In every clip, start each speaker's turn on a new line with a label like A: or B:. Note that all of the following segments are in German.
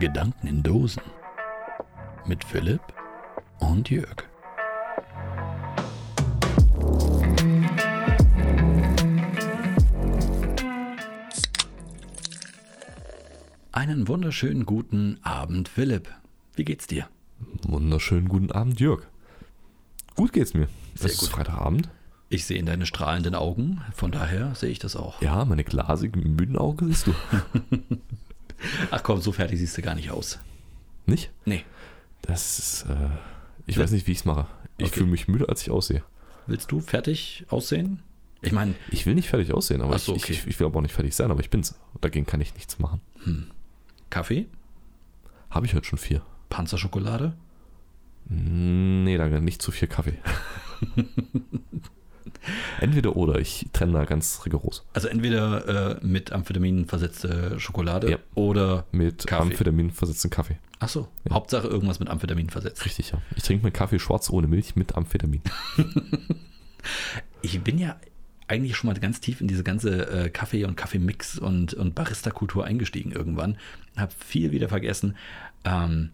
A: Gedanken in Dosen mit Philipp und Jörg. Einen wunderschönen guten Abend, Philipp. Wie geht's dir?
B: Wunderschönen guten Abend, Jörg. Gut geht's mir.
A: Sehr
B: es
A: gut.
B: ist Freitagabend.
A: Ich sehe in deine strahlenden Augen, von daher sehe ich das auch.
B: Ja, meine glasigen, müden Augen siehst du.
A: Ach komm, so fertig siehst du gar nicht aus.
B: nicht?
A: Nee.
B: Das ist. Äh, ich
A: Ja.
B: weiß nicht, wie ich es mache. Ich
A: Okay.
B: fühle mich müde, als ich aussehe.
A: Willst du fertig aussehen? Ich meine,
B: Ich will nicht fertig aussehen, aber
A: Ach so,
B: ich,
A: okay.
B: ich, ich will aber auch nicht fertig sein, aber ich bin's. Dagegen kann ich nichts machen.
A: Kaffee,
B: Habe ich heute schon vier. Hm,
A: Panzerschokolade.
B: Nee, danke, nicht zu viel Kaffee. Entweder oder, ich trenne da ganz rigoros.
A: Also entweder äh, mit Amphetaminen versetzte Schokolade
B: Ja.
A: oder
B: Mit
A: Kaffee.
B: Amphetamin versetzten Kaffee.
A: Ach so, Hauptsache irgendwas mit Amphetamin versetzt.
B: Richtig, ja. Ich trinke meinen Kaffee schwarz ohne Milch mit Amphetamin.
A: Ich bin ja eigentlich schon mal ganz tief in diese ganze äh, Kaffee- und Kaffeemix und, und Barista-Kultur eingestiegen irgendwann. Hab viel wieder vergessen. Ähm,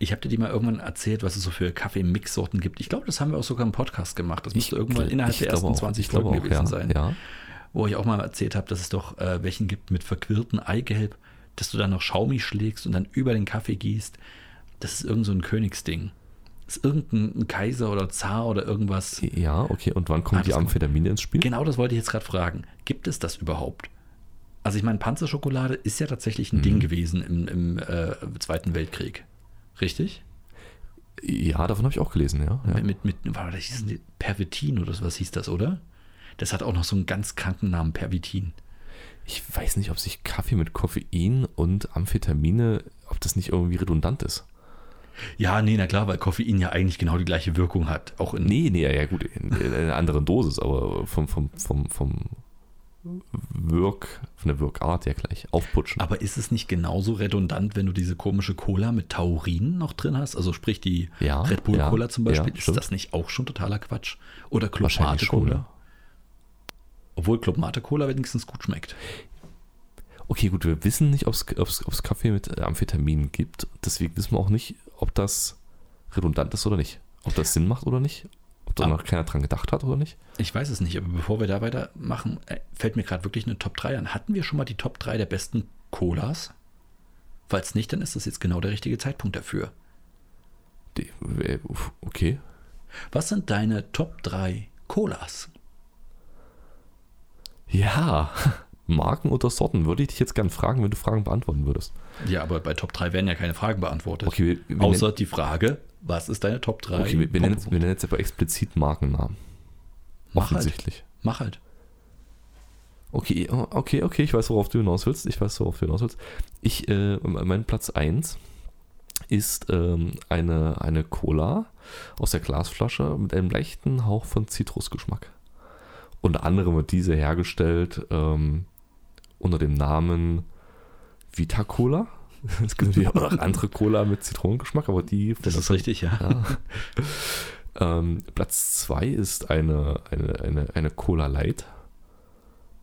A: ich habe dir die mal irgendwann erzählt, was es so für Kaffeemix-Sorten gibt. Ich glaube, das haben wir auch sogar im Podcast gemacht. Das müsste irgendwann
B: gl-
A: innerhalb
B: ich
A: der
B: glaube
A: ersten
B: auch,
A: 20
B: ich glaube
A: Folgen
B: auch,
A: gewesen
B: ja,
A: sein.
B: Ja,
A: wo ich auch mal erzählt habe, dass es doch äh, welchen gibt mit verquirlten Eigelb, dass du dann noch Schaumi schlägst und dann über den Kaffee gießt. Das ist irgend so ein Königsding. Das ist irgendein Kaiser oder Zar oder irgendwas.
B: ja, okay. Und wann kommt
A: Ah,
B: die
A: das kommt-
B: Amphetamine ins Spiel?
A: Genau das wollte ich jetzt gerade fragen. Gibt es das überhaupt? Also ich meine, Panzerschokolade ist ja tatsächlich
B: Mhm.
A: ein Ding gewesen im, im äh, Zweiten Weltkrieg. Richtig?
B: Ja, davon habe ich auch gelesen, ja. ja.
A: Mit, mit, warte, das hieß Pervitin oder was hieß das, oder? Das hat auch noch so einen ganz kranken Namen, Pervitin.
B: Ich weiß nicht, ob sich Kaffee mit Koffein und Amphetamine, ob das nicht irgendwie redundant ist.
A: Ja, nee, na klar, weil Koffein ja eigentlich genau die gleiche Wirkung hat. Auch in,
B: Nee, nee, ja gut, in, in einer anderen Dosis, aber vom, vom, vom, vom Wirk, von der Wirkart ja gleich. Aufputschen.
A: Aber ist es nicht genauso redundant, wenn du diese komische Cola mit Taurin noch drin hast? Also sprich die
B: Ja,
A: Red Bull
B: ja,
A: Cola zum Beispiel.
B: ja,
A: ist
B: stimmt.
A: das nicht auch schon totaler Quatsch? Oder
B: Wahrscheinlich
A: Clubmate
B: schon,
A: Cola?
B: ja.
A: Obwohl Clubmate Cola wenigstens gut schmeckt.
B: Okay, gut, wir wissen nicht, ob es Kaffee mit Amphetaminen gibt. Deswegen wissen wir auch nicht, ob das redundant ist oder nicht. Ob das Sinn macht oder nicht. Ob da
A: Ah.
B: noch keiner dran gedacht hat oder nicht.
A: Ich weiß es nicht, aber bevor wir da weitermachen, äh, fällt mir gerade wirklich eine Top 3 an. Hatten wir schon mal die Top 3 der besten Colas? Falls nicht, dann ist das jetzt genau der richtige Zeitpunkt dafür.
B: Die, äh, uff, okay.
A: Was sind deine Top 3 Colas?
B: Ja. Marken oder Sorten würde ich dich jetzt gern fragen, wenn du Fragen beantworten würdest.
A: Ja, aber bei Top 3 werden ja keine Fragen beantwortet.
B: Okay, wir, wir,
A: Außer die Frage, was ist deine Top 3?
B: nennen, okay, wir, wir, nennen, jetzt, wir nennen jetzt aber explizit Markennamen.
A: Mach halt.
B: Offensichtlich.
A: Mach halt.
B: Okay, oh, okay, okay, ich weiß, worauf du hinaus willst. Ich weiß, worauf du hinaus willst. Ich, äh, mein Platz 1 ist ähm, eine, eine Cola aus der Glasflasche mit einem leichten Hauch von Zitrusgeschmack. Unter anderem wird diese hergestellt ähm, unter dem Namen Vita Cola. Es gibt natürlich auch noch andere Cola mit Zitronengeschmack, aber die von
A: Das
B: der
A: ist richtig, ja.
B: ähm, Platz 2 ist eine, eine, eine, eine Cola Light.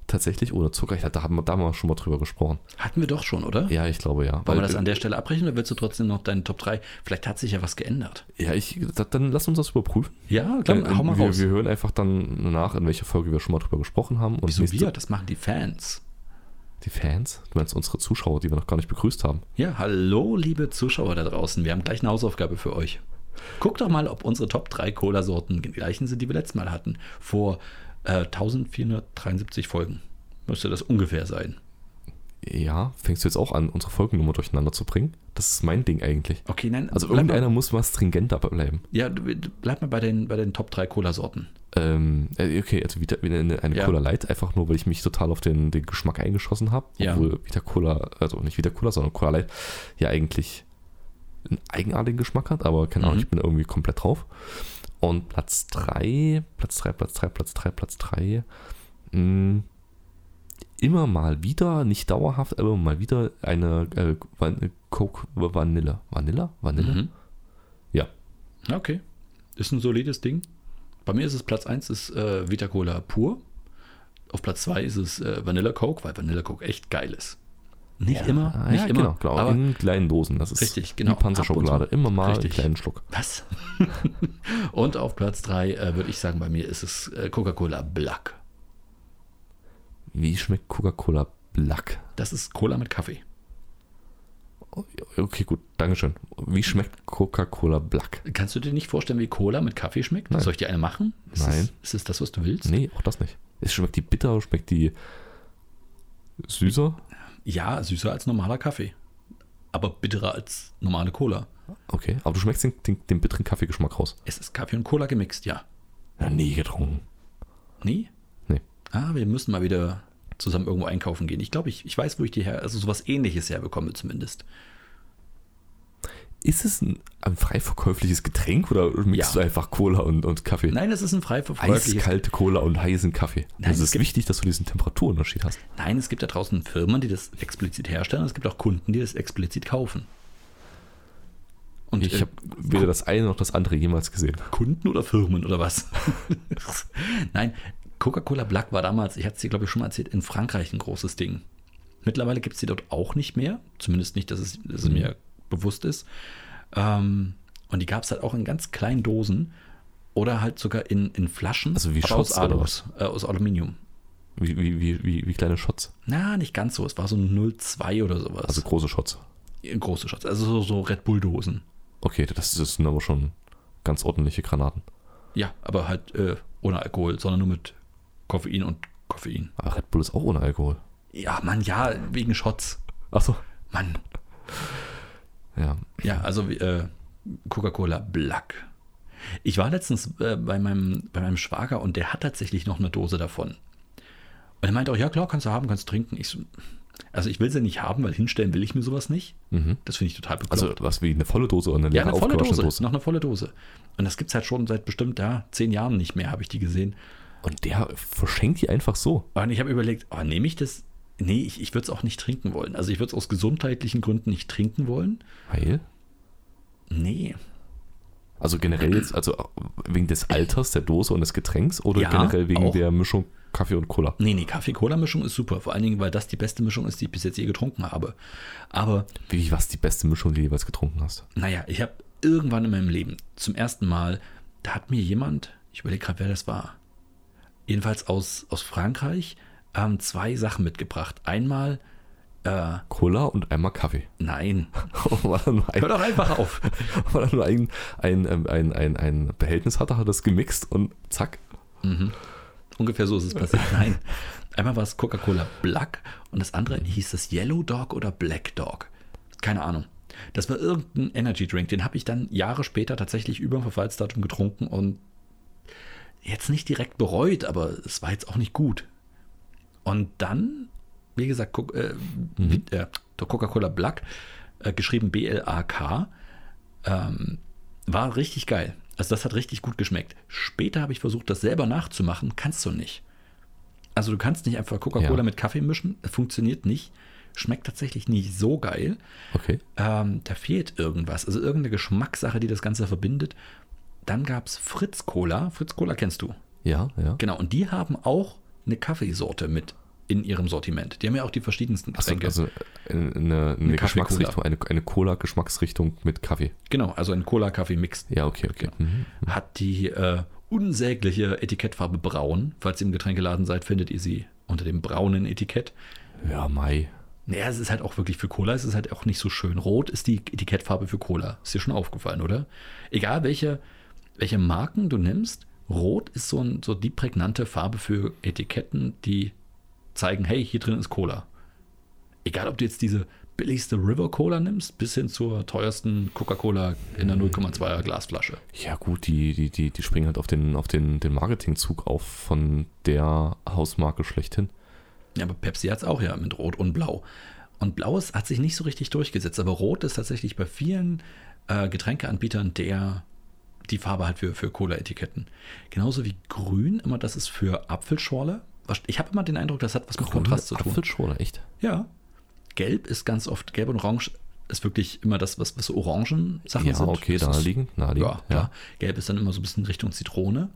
B: Tatsächlich ohne Zucker. Ich, da haben wir damals schon mal drüber gesprochen.
A: Hatten wir doch schon, oder?
B: Ja, ich glaube ja. äh,
A: Wollen wir das an der Stelle abbrechen oder willst du trotzdem noch deine Top 3? Vielleicht hat sich ja was geändert.
B: ja, ich, da- dann lass uns das überprüfen.
A: Ja, dann hau mal
B: wir,
A: raus.
B: wir hören einfach dann nach, in welcher Folge wir schon mal drüber gesprochen haben. Und
A: Wieso
B: nächste-
A: wir? Das machen die Fans.
B: Die Fans, du meinst unsere Zuschauer, die wir noch gar nicht begrüßt haben.
A: Ja, hallo, liebe Zuschauer da draußen. Wir haben gleich eine Hausaufgabe für euch. Guckt doch mal, ob unsere Top 3 Cola-Sorten die gleichen sind, die wir letztes Mal hatten. Vor äh, 1473 Folgen. Müsste das ungefähr sein.
B: Ja, fängst du jetzt auch an, unsere Folgennummer durcheinander zu bringen? Das ist mein Ding eigentlich.
A: Okay, nein.
B: Also
A: bleib mal-
B: irgendeiner muss mal stringenter bleiben.
A: Ja, du- du- bleib mal bei den, bei den Top 3 Cola-Sorten.
B: Ähm, äh, okay, also Vita, wieder eine, eine
A: Ja.
B: Cola Light, einfach nur, weil ich mich total auf den, den Geschmack eingeschossen habe.
A: Ja.
B: Obwohl Vita Cola, also nicht Vita Cola, sondern Cola Light ja eigentlich einen eigenartigen Geschmack hat, aber keine Ahnung,
A: Mhm.
B: ich bin irgendwie komplett drauf. Und Platz 3, Platz 3, Platz 3, Platz 3, Platz 3. Mh, immer mal wieder, nicht dauerhaft, aber mal wieder eine äh, Van Coke Vanille. Vanille? Vanille?
A: Mhm.
B: Ja.
A: Ja, Okay. Ist ein solides Ding. Bei mir ist es Platz 1 ist äh, Vita Cola pur. Auf Platz 2 ist es äh, Vanilla Coke, weil Vanilla Coke echt geil ist. Nicht immer,
B: Ah,
A: nicht
B: ja,
A: immer.
B: genau, genau.
A: aber
B: in kleinen Dosen. Das ist
A: Richtig, genau.
B: wie Panzerschokolade.
A: Ab und zu.
B: Immer mal
A: Richtig.
B: einen kleinen Schluck.
A: was? und auf Platz 3 äh, würde ich sagen, bei mir ist es äh, Coca-Cola Black.
B: Wie schmeckt Coca-Cola Black?
A: Das ist Cola mit Kaffee.
B: Okay, gut, Dankeschön. Wie schmeckt Coca-Cola Black?
A: Kannst du dir nicht vorstellen, wie Cola mit Kaffee schmeckt?
B: Nein.
A: Soll ich dir eine machen? Ist
B: Nein.
A: Es, ist es das, was du willst?
B: Nee, auch das nicht. Es schmeckt die bitter, schmeckt die süßer?
A: Ja, süßer als normaler Kaffee. Aber bitterer als normale Cola.
B: Okay, aber du schmeckst den, den, den bitteren Kaffeegeschmack raus.
A: Es ist Kaffee und Cola gemixt, ja.
B: Ja, nie getrunken.
A: Nie?
B: Nee.
A: Ah, wir müssen mal wieder zusammen irgendwo einkaufen gehen. Ich glaube, ich, ich weiß, wo ich die her, also sowas ähnliches herbekomme zumindest.
B: Ist es ein, ein frei verkäufliches Getränk oder mixt
A: Ja.
B: du einfach Cola und, und Kaffee?
A: Nein, es ist ein frei verkäufliches.
B: Eiskalte Cola und heißen Kaffee.
A: Nein, es
B: also es ist
A: gibt-
B: wichtig, dass du diesen Temperaturunterschied hast.
A: Nein, es gibt da draußen Firmen, die das explizit herstellen. Es gibt auch Kunden, die das explizit kaufen. Und
B: Ich
A: äh,
B: habe weder das eine noch das andere jemals gesehen.
A: Kunden oder Firmen oder was? Nein, Coca-Cola Black war damals, ich hatte es dir glaube ich schon mal erzählt, in Frankreich ein großes Ding. Mittlerweile gibt es die dort auch nicht mehr, zumindest nicht, dass es, dass es
B: Mhm.
A: mir bewusst ist. Ähm, und die gab es halt auch in ganz kleinen Dosen oder halt sogar in, in Flaschen.
B: Also wie
A: aber
B: Shots
A: aus
B: oder
A: Alus, äh, aus Aluminium.
B: Wie, wie, wie, wie, wie kleine Shots.
A: Na, nicht ganz so. Es war so ein 0,2 oder sowas.
B: Also große Shots.
A: große Schatz. Also so, so Red Bull-Dosen.
B: Okay, das ist- sind aber schon ganz ordentliche Granaten.
A: Ja, aber halt äh, ohne Alkohol, sondern nur mit Koffein und Koffein.
B: Aber Red Bull ist auch ohne Alkohol.
A: Ja, Mann, ja, wegen Shots.
B: Achso.
A: Mann.
B: Ja.
A: Ja, also äh, Coca-Cola Black. Ich war letztens äh, bei, meinem, bei meinem Schwager und der hat tatsächlich noch eine Dose davon. Und er meinte auch, ja klar, kannst du haben, kannst du trinken. Ich so, also ich will sie nicht haben, weil hinstellen will ich mir sowas nicht.
B: Mhm.
A: Das finde ich total bekloppt.
B: Also was wie eine volle Dose oder eine
A: ja,
B: leere
A: eine volle
B: aufgewaschene
A: Dose,
B: Dose.
A: Noch eine volle Dose. Und das gibt es halt schon seit bestimmt ja, zehn Jahren nicht mehr, habe ich die gesehen.
B: Und der verschenkt die einfach so.
A: Und ich habe überlegt, oh, nehme ich das? Nee, ich, ich würde es auch nicht trinken wollen. Also ich würde es aus gesundheitlichen Gründen nicht trinken wollen.
B: Heil?
A: Nee,
B: Also generell jetzt, also wegen des Alters der Dose und des Getränks oder
A: Ja,
B: generell wegen
A: auch.
B: der Mischung Kaffee und Cola?
A: Nee, nee, Kaffee-Cola-Mischung ist super. Vor allen Dingen, weil das die beste Mischung ist, die ich bis jetzt je getrunken habe. Aber,
B: Wie was die beste Mischung, die du jeweils getrunken hast?
A: naja, ich habe irgendwann in meinem Leben zum ersten Mal, da hat mir jemand, ich überlege gerade, wer das war, jedenfalls aus, aus Frankreich, ähm, zwei Sachen mitgebracht. Einmal, äh,
B: Cola und einmal Kaffee.
A: nein,
B: Weil er nur,
A: hör
B: ein,
A: doch einfach auf.
B: weil er nur ein, ein, ähm, ein, ein, ein Behältnis hatte, hat er das gemixt und zack.
A: Ungefähr so ist es passiert. Nein, einmal war es Coca-Cola Black und das andere hieß das Yellow Dog oder Black Dog. Keine Ahnung. Das war irgendein Energy Drink. Den habe ich dann Jahre später tatsächlich über dem Verfallsdatum getrunken und jetzt nicht direkt bereut, aber es war jetzt auch nicht gut. Und dann, wie gesagt, Co äh, wie- äh, der Coca-Cola Black, äh, geschrieben B-L-A-K, ähm, war richtig geil. Also das hat richtig gut geschmeckt. Später habe ich versucht, das selber nachzumachen. Kannst du nicht. Also du kannst nicht einfach Coca-Cola
B: Ja.
A: mit Kaffee mischen. Funktioniert nicht. Schmeckt tatsächlich nicht so geil.
B: Okay.
A: Ähm, da fehlt irgendwas. Also irgendeine Geschmackssache, die das Ganze verbindet. Dann gab es Fritz Cola. Fritz Cola kennst du.
B: Ja, ja.
A: Genau. Und die haben auch eine Kaffeesorte mit in ihrem Sortiment. Die haben ja auch die verschiedensten
B: Also,
A: Getränke.
B: also eine, eine, eine
A: Kaffee-Cola.
B: Geschmacksrichtung, eine, eine Cola-Geschmacksrichtung mit Kaffee.
A: genau. Also ein Cola-Kaffee-Mix
B: Ja, okay, okay. Mhm.
A: hat die äh, unsägliche Etikettfarbe braun. Falls ihr im Getränkeladen seid, findet ihr sie unter dem braunen Etikett.
B: Ja, Mai.
A: Naja, es ist halt auch wirklich für Cola, es ist halt auch nicht so schön. Rot ist die Etikettfarbe für Cola. Ist dir schon aufgefallen, oder? Egal welche, welche Marken du nimmst, Rot ist so, ein, so die prägnante Farbe für Etiketten, die zeigen, hey, hier drin ist Cola. Egal, ob du jetzt diese billigste River Cola nimmst, bis hin zur teuersten Coca-Cola in der 0,2er Glasflasche.
B: Ja, gut, die, die, die, die springen halt auf den, auf den, den Marketingzug auf von der Hausmarke schlechthin.
A: Ja, aber Pepsi hat es auch ja mit Rot und Blau. Und Blaues hat sich nicht so richtig durchgesetzt, aber Rot ist tatsächlich bei vielen äh, Getränkeanbietern der die Farbe halt für, für Cola-Etiketten. Genauso wie Grün, immer das ist für Apfelschorle. Was- Ich habe immer den Eindruck, das hat was mit Kontrast zu tun.
B: Apfelschorle, echt?
A: Ja. Gelb ist ganz oft, Gelb und Orange ist wirklich immer das, was, was so Orangen-Sachen
B: Ja,
A: sind.
B: okay,
A: Das ist-
B: naheliegend. naheliegend
A: Ja, klar. Gelb ist dann immer so ein bisschen Richtung Zitrone.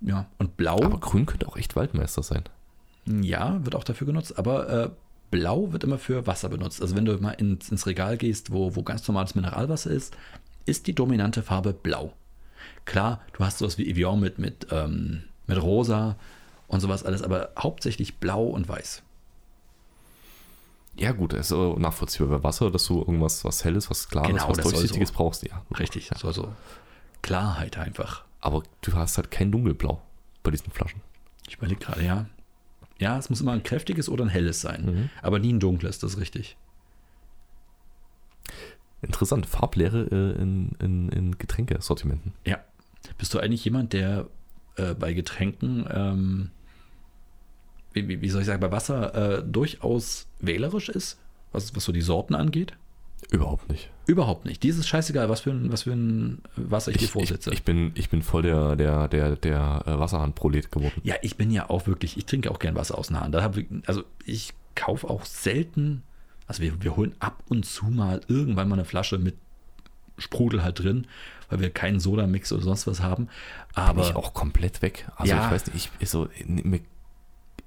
A: Ja, und Blau.
B: Aber grün könnte auch echt Waldmeister sein.
A: Ja, wird auch dafür genutzt, aber äh, Blau wird immer für Wasser benutzt. Also wenn du mal ins, ins Regal gehst, wo, wo ganz normales Mineralwasser ist, ist die dominante Farbe Blau. Klar, du hast sowas wie Evian mit, mit, ähm, mit Rosa und sowas alles, aber hauptsächlich Blau und Weiß.
B: Ja, gut, ist äh, nachvollziehbar bei Wasser, dass du irgendwas was Helles, was Klares,
A: Genau,
B: was
A: das soll
B: Durchsichtiges
A: so.
B: brauchst. Ja,
A: Richtig,
B: Ja.
A: so also Klarheit einfach.
B: Aber du hast halt kein Dunkelblau bei diesen Flaschen.
A: Ich überlege gerade, ja. Ja, es muss immer ein kräftiges oder ein helles sein,
B: Mhm.
A: aber nie ein dunkles, das ist richtig.
B: Interessant, Farblehre äh, in, in, in Getränkesortimenten.
A: Ja. Bist du eigentlich jemand, der äh, bei Getränken, ähm, wie, wie, wie soll ich sagen, bei Wasser äh, durchaus wählerisch ist, was, was so die Sorten angeht?
B: Überhaupt nicht.
A: Überhaupt nicht. Dieses scheißegal, was für ein, was für ein Wasser ich, dir
B: ich,
A: vorsitze.
B: ich, bin, ich bin voll der, der, der, der äh, Wasserhandprolet geworden.
A: ja, ich bin ja auch wirklich, ich trinke auch gern Wasser aus einer Hand. Da hab ich, also ich kaufe auch selten, also wir, wir holen ab und zu mal irgendwann mal eine Flasche mit Sprudel halt drin, weil wir keinen Sodamix oder sonst was haben.
B: Bin
A: Aber
B: ich auch komplett weg. Also
A: Ja.
B: ich weiß nicht, ich, ich so, nee, mir,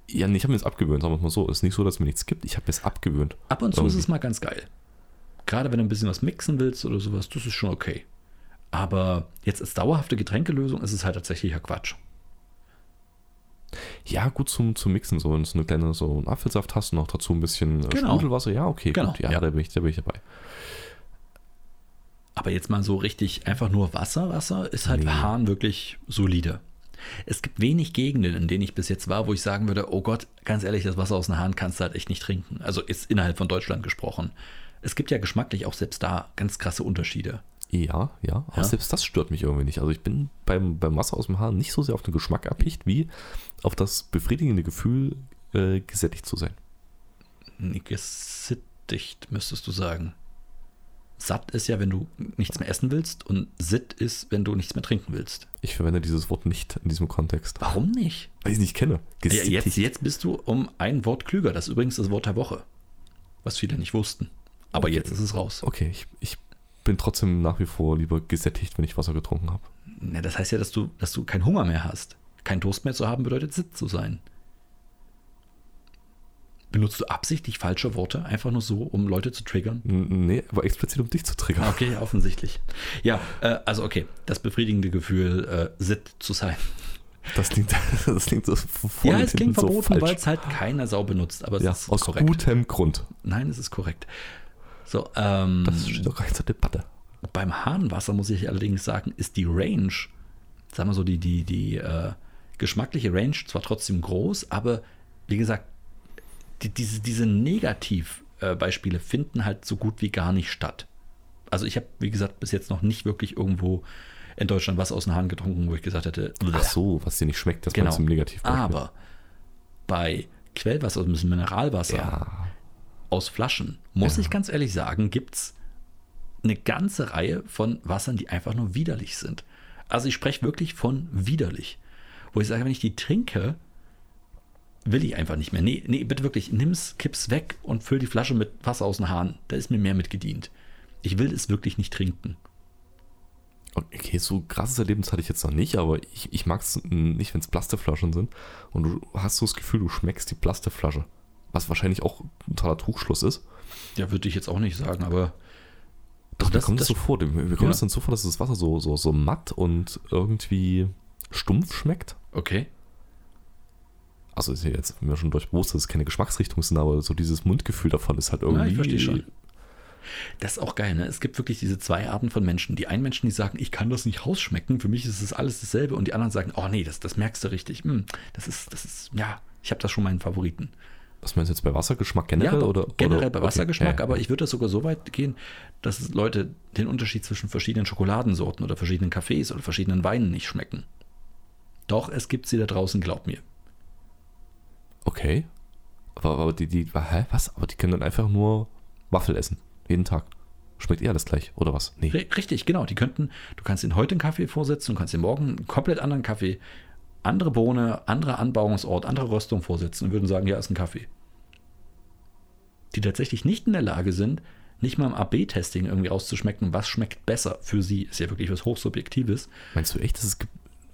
B: ja, nee, ich habe mir das abgewöhnt, sagen wir es mal so. Es ist nicht so, dass mir nichts gibt, ich habe mir das abgewöhnt.
A: Ab und zu ist
B: Irgendwie.
A: es mal ganz geil. Gerade wenn du ein bisschen was mixen willst oder sowas, das ist schon okay. Aber jetzt als dauerhafte Getränkelösung ist es halt tatsächlich ja Quatsch.
B: Ja, gut zum, zum Mixen, so, wenn du so eine kleine, so einen Apfelsaft hast und noch dazu ein bisschen äh,
A: Genau.
B: Sprudelwasser, ja, okay,
A: Genau,
B: gut, ja,
A: ja.
B: Da, bin ich, da bin ich dabei.
A: Aber jetzt mal so richtig einfach nur Wasser, Wasser ist halt
B: Nee.
A: bei Hahn wirklich solide. Es gibt wenig Gegenden, in denen ich bis jetzt war, wo ich sagen würde, oh Gott, ganz ehrlich, das Wasser aus dem Hahn kannst du halt echt nicht trinken. Also ist innerhalb von Deutschland gesprochen. Es gibt ja geschmacklich auch selbst da ganz krasse Unterschiede.
B: Ja, ja, aber
A: Ja.
B: selbst das stört mich irgendwie nicht. Also ich bin beim, beim Wasser aus dem Haar nicht so sehr auf den Geschmack erpicht, wie auf das befriedigende Gefühl, äh, gesättigt zu sein.
A: gesittigt, müsstest du sagen. Satt ist ja, wenn du nichts mehr essen willst und sitt ist, wenn du nichts mehr trinken willst.
B: Ich verwende dieses Wort nicht in diesem Kontext,
A: Warum nicht?
B: weil ich es nicht kenne.
A: Ja, jetzt,
B: Gesättigt.
A: jetzt bist du um ein Wort klüger. Das ist übrigens das Wort der Woche, was viele nicht wussten. Aber
B: Okay.
A: jetzt ist es raus.
B: Okay, ich, ich bin trotzdem nach wie vor lieber gesättigt, wenn ich Wasser getrunken habe.
A: Na, das heißt ja, dass du, dass du keinen Hunger mehr hast. Keinen Durst mehr zu haben bedeutet sitt zu sein. Benutzt du absichtlich falsche Worte, einfach nur so, um Leute zu triggern?
B: N- Nee, aber explizit um dich zu triggern.
A: Okay, offensichtlich. Ja, äh, also okay, das befriedigende Gefühl, äh, Sitt zu sein.
B: Das klingt, das klingt so voll
A: Ja,
B: und
A: es klingt
B: hinten
A: verboten, weil
B: falsch.
A: es halt keiner Sau benutzt, aber es
B: ja,
A: ist
B: aus
A: korrekt.
B: gutem Grund.
A: Nein, es ist korrekt. So, ähm,
B: Das steht doch gar nicht zur Debatte.
A: beim Hahnwasser muss ich allerdings sagen, ist die Range, sagen wir so, die, die, die äh, geschmackliche Range zwar trotzdem groß, aber wie gesagt, die, diese, diese Negativbeispiele äh, Beispiele finden halt so gut wie gar nicht statt. Also ich habe, wie gesagt, bis jetzt noch nicht wirklich irgendwo in Deutschland was aus dem Hahn getrunken, wo ich gesagt hätte,
B: Ach so, was dir nicht schmeckt, das
A: genau.
B: meinst du im Negativ.
A: aber bei Quellwasser, also Mineralwasser,
B: Ja,
A: aus Flaschen, muss ich ganz ehrlich sagen, gibt es eine ganze Reihe von Wassern, die einfach nur widerlich sind. Also ich spreche wirklich von widerlich. Wo ich sage, wenn ich die trinke, will ich einfach nicht mehr. Nee, nee, bitte wirklich, nimm's, kipp's weg und füll die Flasche mit Wasser aus dem Hahn. Da ist mir mehr mit gedient. Ich will es wirklich nicht trinken.
B: okay, so krasses Erlebnis hatte ich jetzt noch nicht, aber ich, ich mag es nicht, wenn es Plasteflaschen sind und du hast so das Gefühl, du schmeckst die Plasteflasche. Was wahrscheinlich auch ein totaler Trugschluss ist.
A: Ja, würde ich jetzt auch nicht sagen, aber. Also
B: Doch, mir kommt es so vor, dem- mir kommt
A: ja.
B: es dann so vor, dass das Wasser so, so, so matt und irgendwie stumpf schmeckt.
A: Okay.
B: Also ist ja jetzt mir schon durchbewusst, dass es keine Geschmacksrichtungen sind, aber so dieses Mundgefühl davon ist halt irgendwie.
A: Ja, ich verstehe schon. Das ist auch geil, ne? Es gibt wirklich diese zwei Arten von Menschen. Die einen Menschen, die sagen, ich kann das nicht rausschmecken, für mich ist es alles dasselbe. Und die anderen sagen, oh nee, das, das merkst du richtig. Hm, das ist, das ist, ja, ich habe da schon meinen Favoriten.
B: Was meinst du jetzt bei Wassergeschmack generell?
A: ja,
B: oder,
A: generell
B: oder,
A: bei
B: okay,
A: Wassergeschmack,
B: ja,
A: aber ich würde das sogar so weit gehen, dass es Leute den Unterschied zwischen verschiedenen Schokoladensorten oder verschiedenen Kaffees oder verschiedenen Weinen nicht schmecken. Doch, es gibt sie da draußen, glaub mir.
B: Okay. Aber, aber die, die, hä, was? Aber die können dann einfach nur Waffel essen. Jeden Tag. Schmeckt eh alles gleich, oder was? Nee.
A: Ri- Richtig, genau. Die könnten, du kannst ihnen heute einen Kaffee vorsetzen, du kannst ihnen morgen einen komplett anderen Kaffee, andere Bohne, anderer Anbauungsort, andere Röstung vorsetzen und würden sagen, ja, ist ein Kaffee. Die tatsächlich nicht in der Lage sind, nicht mal im AB-Testing irgendwie rauszuschmecken, was schmeckt besser für sie, ist ja wirklich was Hochsubjektives.
B: Meinst du echt, dass es gibt.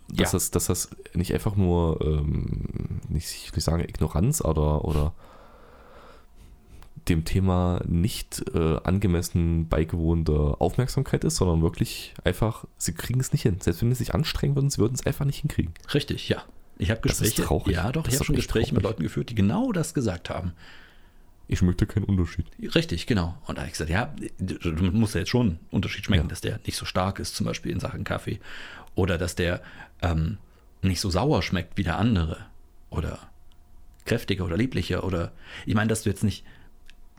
B: Dass,
A: Ja.
B: das, dass das nicht einfach nur, ähm, nicht, ich will nicht sagen Ignoranz oder, oder dem Thema nicht äh, angemessen beigewohnte Aufmerksamkeit ist, sondern wirklich einfach, sie kriegen es nicht hin. Selbst wenn sie sich anstrengen würden, sie würden es einfach nicht hinkriegen.
A: Richtig, ja. Ich habe
B: Das ist
A: Gespräche.
B: traurig.
A: Ja, doch, ich
B: Das ist
A: habe schon
B: echt
A: Gespräche mit
B: traurig.
A: Leuten geführt, die genau das gesagt haben.
B: Ich möchte keinen Unterschied.
A: Richtig, genau. Und da habe ich gesagt, ja, du musst ja jetzt schon einen Unterschied schmecken,
B: Ja.
A: dass der nicht so stark ist, zum Beispiel in Sachen Kaffee. Oder dass der ähm, nicht so sauer schmeckt wie der andere. Oder kräftiger oder lieblicher. Oder ich meine, dass du jetzt nicht.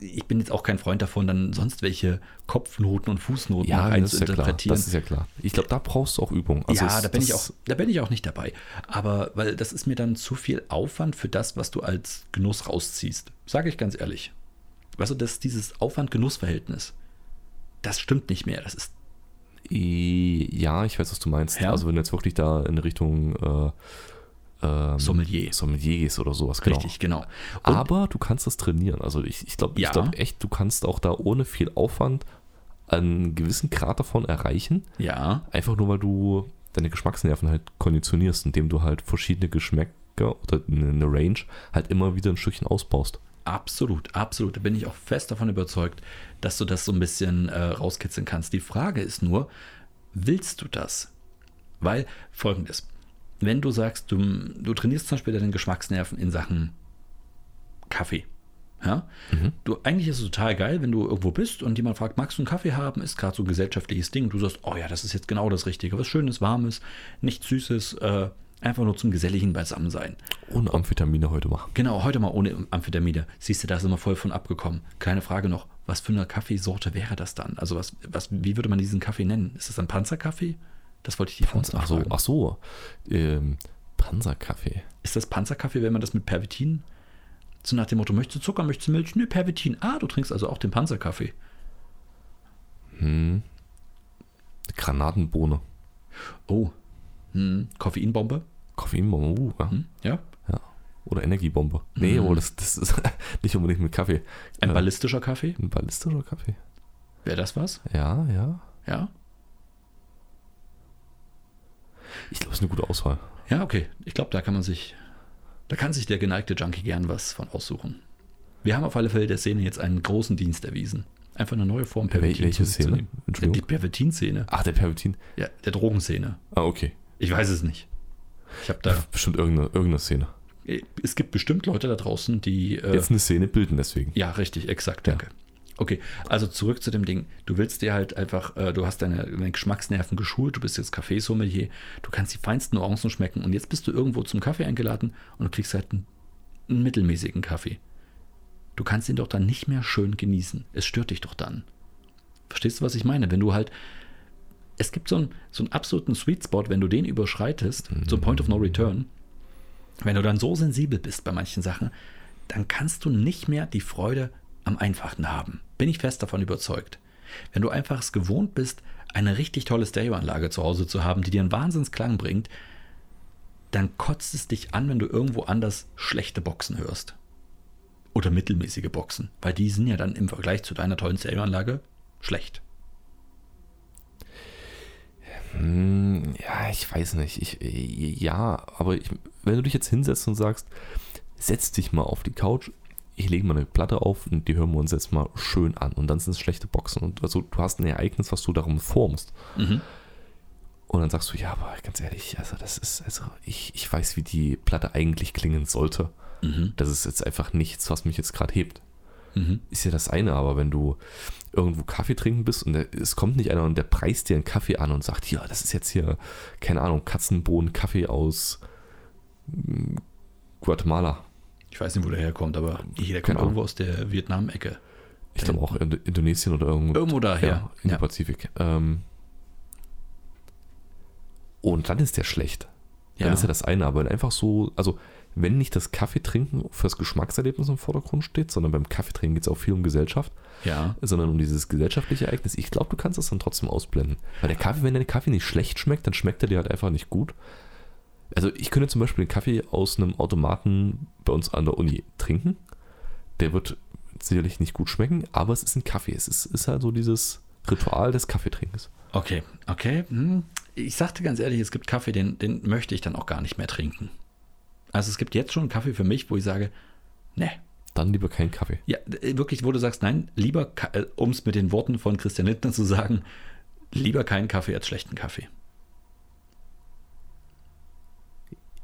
A: Ich bin jetzt auch kein Freund davon, dann sonst welche Kopfnoten und Fußnoten noch
B: das ist ja klar.
A: reinzuinterpretieren.
B: Das ist ja klar. Ich glaube, da brauchst du auch Übung. Also
A: ja,
B: es-
A: da bin, ich auch,
B: das-
A: da bin ich auch nicht dabei. Aber weil das ist mir dann zu viel Aufwand für das, was du als Genuss rausziehst. Sage ich ganz ehrlich. Weißt du, dass dieses Aufwand-Genuss-Verhältnis, das stimmt nicht mehr. Das ist
B: I- Ja, ich weiß, was du meinst.
A: Ja.
B: Also wenn du jetzt wirklich da in Richtung äh, ähm,
A: Sommelier.
B: Sommelier gehst oder sowas, genau.
A: Richtig, genau. Und
B: Aber du kannst das trainieren. Also ich, ich glaube
A: Ja.
B: ich glaub echt, du kannst auch da ohne viel Aufwand einen gewissen Grad davon erreichen.
A: ja,
B: Einfach nur, weil du deine Geschmacksnerven halt konditionierst, indem du halt verschiedene Geschmäcker oder eine Range halt immer wieder ein Stückchen ausbaust.
A: absolut, absolut. Da bin ich auch fest davon überzeugt, dass du das so ein bisschen äh, rauskitzeln kannst. Die Frage ist nur, willst du das? Weil folgendes, wenn du sagst, du, du trainierst zum Beispiel deine Geschmacksnerven in Sachen Kaffee. Ja? Du, eigentlich ist es total geil, wenn du irgendwo bist und jemand fragt, magst du einen Kaffee haben? Ist gerade so ein gesellschaftliches Ding. Du sagst, oh ja, das ist jetzt genau das Richtige. Was Schönes, Warmes, nichts Süßes, äh, einfach nur zum geselligen Beisammensein.
B: Ohne Amphetamine heute machen.
A: Genau, heute mal ohne Amphetamine. Siehst du, da sind wir voll von abgekommen. Kleine Frage noch, was für eine Kaffeesorte wäre das dann? Also was, was, wie würde man diesen Kaffee nennen? Ist das ein Panzerkaffee? Das wollte ich die Franz
B: Ach so,
A: nachfragen.
B: Also, ach so. Ähm, Panzerkaffee.
A: Ist das Panzerkaffee, wenn man das mit Pervitin? So nach dem Motto, möchtest du Zucker, möchtest du Milch? Nö, Pervitin. Ah, du trinkst also auch den Panzerkaffee.
B: Hm. Granatenbohne.
A: Oh, hm, Koffeinbombe?
B: Koffeinbombe. Uh, ja.
A: Hm, ja.
B: Ja. Oder Energiebombe. Nee,
A: Mhm.
B: oh, das, das ist nicht unbedingt mit Kaffee.
A: Ein
B: Äh,
A: ballistischer Kaffee?
B: ein ballistischer Kaffee.
A: Wäre das was?
B: Ja, ja.
A: Ja.
B: Ich glaube, es ist eine gute Auswahl.
A: Ja, okay. Ich glaube, da kann man sich, da kann sich der geneigte Junkie gern was von aussuchen. Wir haben auf alle Fälle der Szene jetzt einen großen Dienst erwiesen. Einfach eine neue Form
B: Wel
A: Pervitin
B: welche
A: zu- zu
B: Szene?
A: nehmen. Die
B: Entschuldigung.
A: Pervitin-Szene.
B: Ach, der Pervitin.
A: Ja, der Drogenszene.
B: Ah, okay.
A: Ich weiß es nicht. Ich habe da.
B: Bestimmt irgendeine, irgendeine Szene.
A: Es gibt bestimmt Leute da draußen, die. Äh,
B: Jetzt eine Szene bilden, deswegen.
A: Ja, richtig, exakt,
B: Ja.
A: danke. Okay, also zurück zu dem Ding. Du willst dir halt einfach, äh, du hast deine, deine Geschmacksnerven geschult, du bist jetzt Kaffeesommelier, du kannst die feinsten Nuancen schmecken und jetzt bist du irgendwo zum Kaffee eingeladen und du kriegst halt einen, einen mittelmäßigen Kaffee. Du kannst ihn doch dann nicht mehr schön genießen. Es stört dich doch dann. Verstehst du, was ich meine? Wenn du halt, es gibt so einen, so einen absoluten Sweet Spot, wenn du den überschreitest, so ein Point of No Return, wenn du dann so sensibel bist bei manchen Sachen, dann kannst du nicht mehr die Freude am Einfachen haben. Bin ich fest davon überzeugt. Wenn du einfach es gewohnt bist, eine richtig tolle Stereoanlage zu Hause zu haben, die dir einen Wahnsinnsklang bringt, dann kotzt es dich an, wenn du irgendwo anders schlechte Boxen hörst. Oder mittelmäßige Boxen, weil die sind ja dann im Vergleich zu deiner tollen Stereoanlage schlecht.
B: Hm, ja, ich weiß nicht. Ich, äh, ja, aber ich, wenn du dich jetzt hinsetzt und sagst, setz dich mal auf die Couch, ich lege mal eine Platte auf und die hören wir uns jetzt mal schön an. Und dann sind es schlechte Boxen. Und also, du hast ein Ereignis, was du darum formst.
A: Mhm.
B: Und dann sagst du, ja, aber ganz ehrlich, also das ist, also ich, ich weiß, wie die Platte eigentlich klingen sollte.
A: Mhm.
B: Das ist jetzt einfach nichts, was mich jetzt gerade hebt.
A: Mhm.
B: Ist ja das eine, aber wenn du irgendwo Kaffee trinken bist und der, es kommt nicht einer und der preist dir einen Kaffee an und sagt, ja, das ist jetzt hier, keine Ahnung, Katzenbohnen-Kaffee aus mm, Guatemala.
A: Ich weiß nicht, wo der herkommt, aber jeder kommt
B: Keine Ahnung.
A: irgendwo aus der Vietnam-Ecke.
B: Ich glaube auch Indo- Indonesien oder irgendwo.
A: Irgendwo daher.
B: Ja, in der Pazifik. Ähm, und dann ist der schlecht. Dann ist ja das eine, aber einfach so, also wenn nicht das Kaffee trinken fürs Geschmackserlebnis im Vordergrund steht, sondern beim Kaffee trinken geht es auch viel um Gesellschaft,
A: ja.
B: sondern um dieses gesellschaftliche Ereignis. Ich glaube, du kannst das dann trotzdem ausblenden. Weil der Kaffee, wenn der Kaffee nicht schlecht schmeckt, dann schmeckt er dir halt einfach nicht gut. Also ich könnte zum Beispiel den Kaffee aus einem Automaten bei uns an der Uni trinken. Der wird sicherlich nicht gut schmecken, aber es ist ein Kaffee. Es ist, ist halt so dieses Ritual des Kaffeetrinkens.
A: Okay, okay. hm. Ich sagte ganz ehrlich, es gibt Kaffee, den, den möchte ich dann auch gar nicht mehr trinken. Also es gibt jetzt schon einen Kaffee für mich, wo ich sage, ne,
B: dann lieber keinen Kaffee.
A: Ja, d- wirklich, wo du sagst, nein, lieber, um es mit den Worten von Christian Lindner zu sagen, lieber keinen Kaffee als schlechten Kaffee.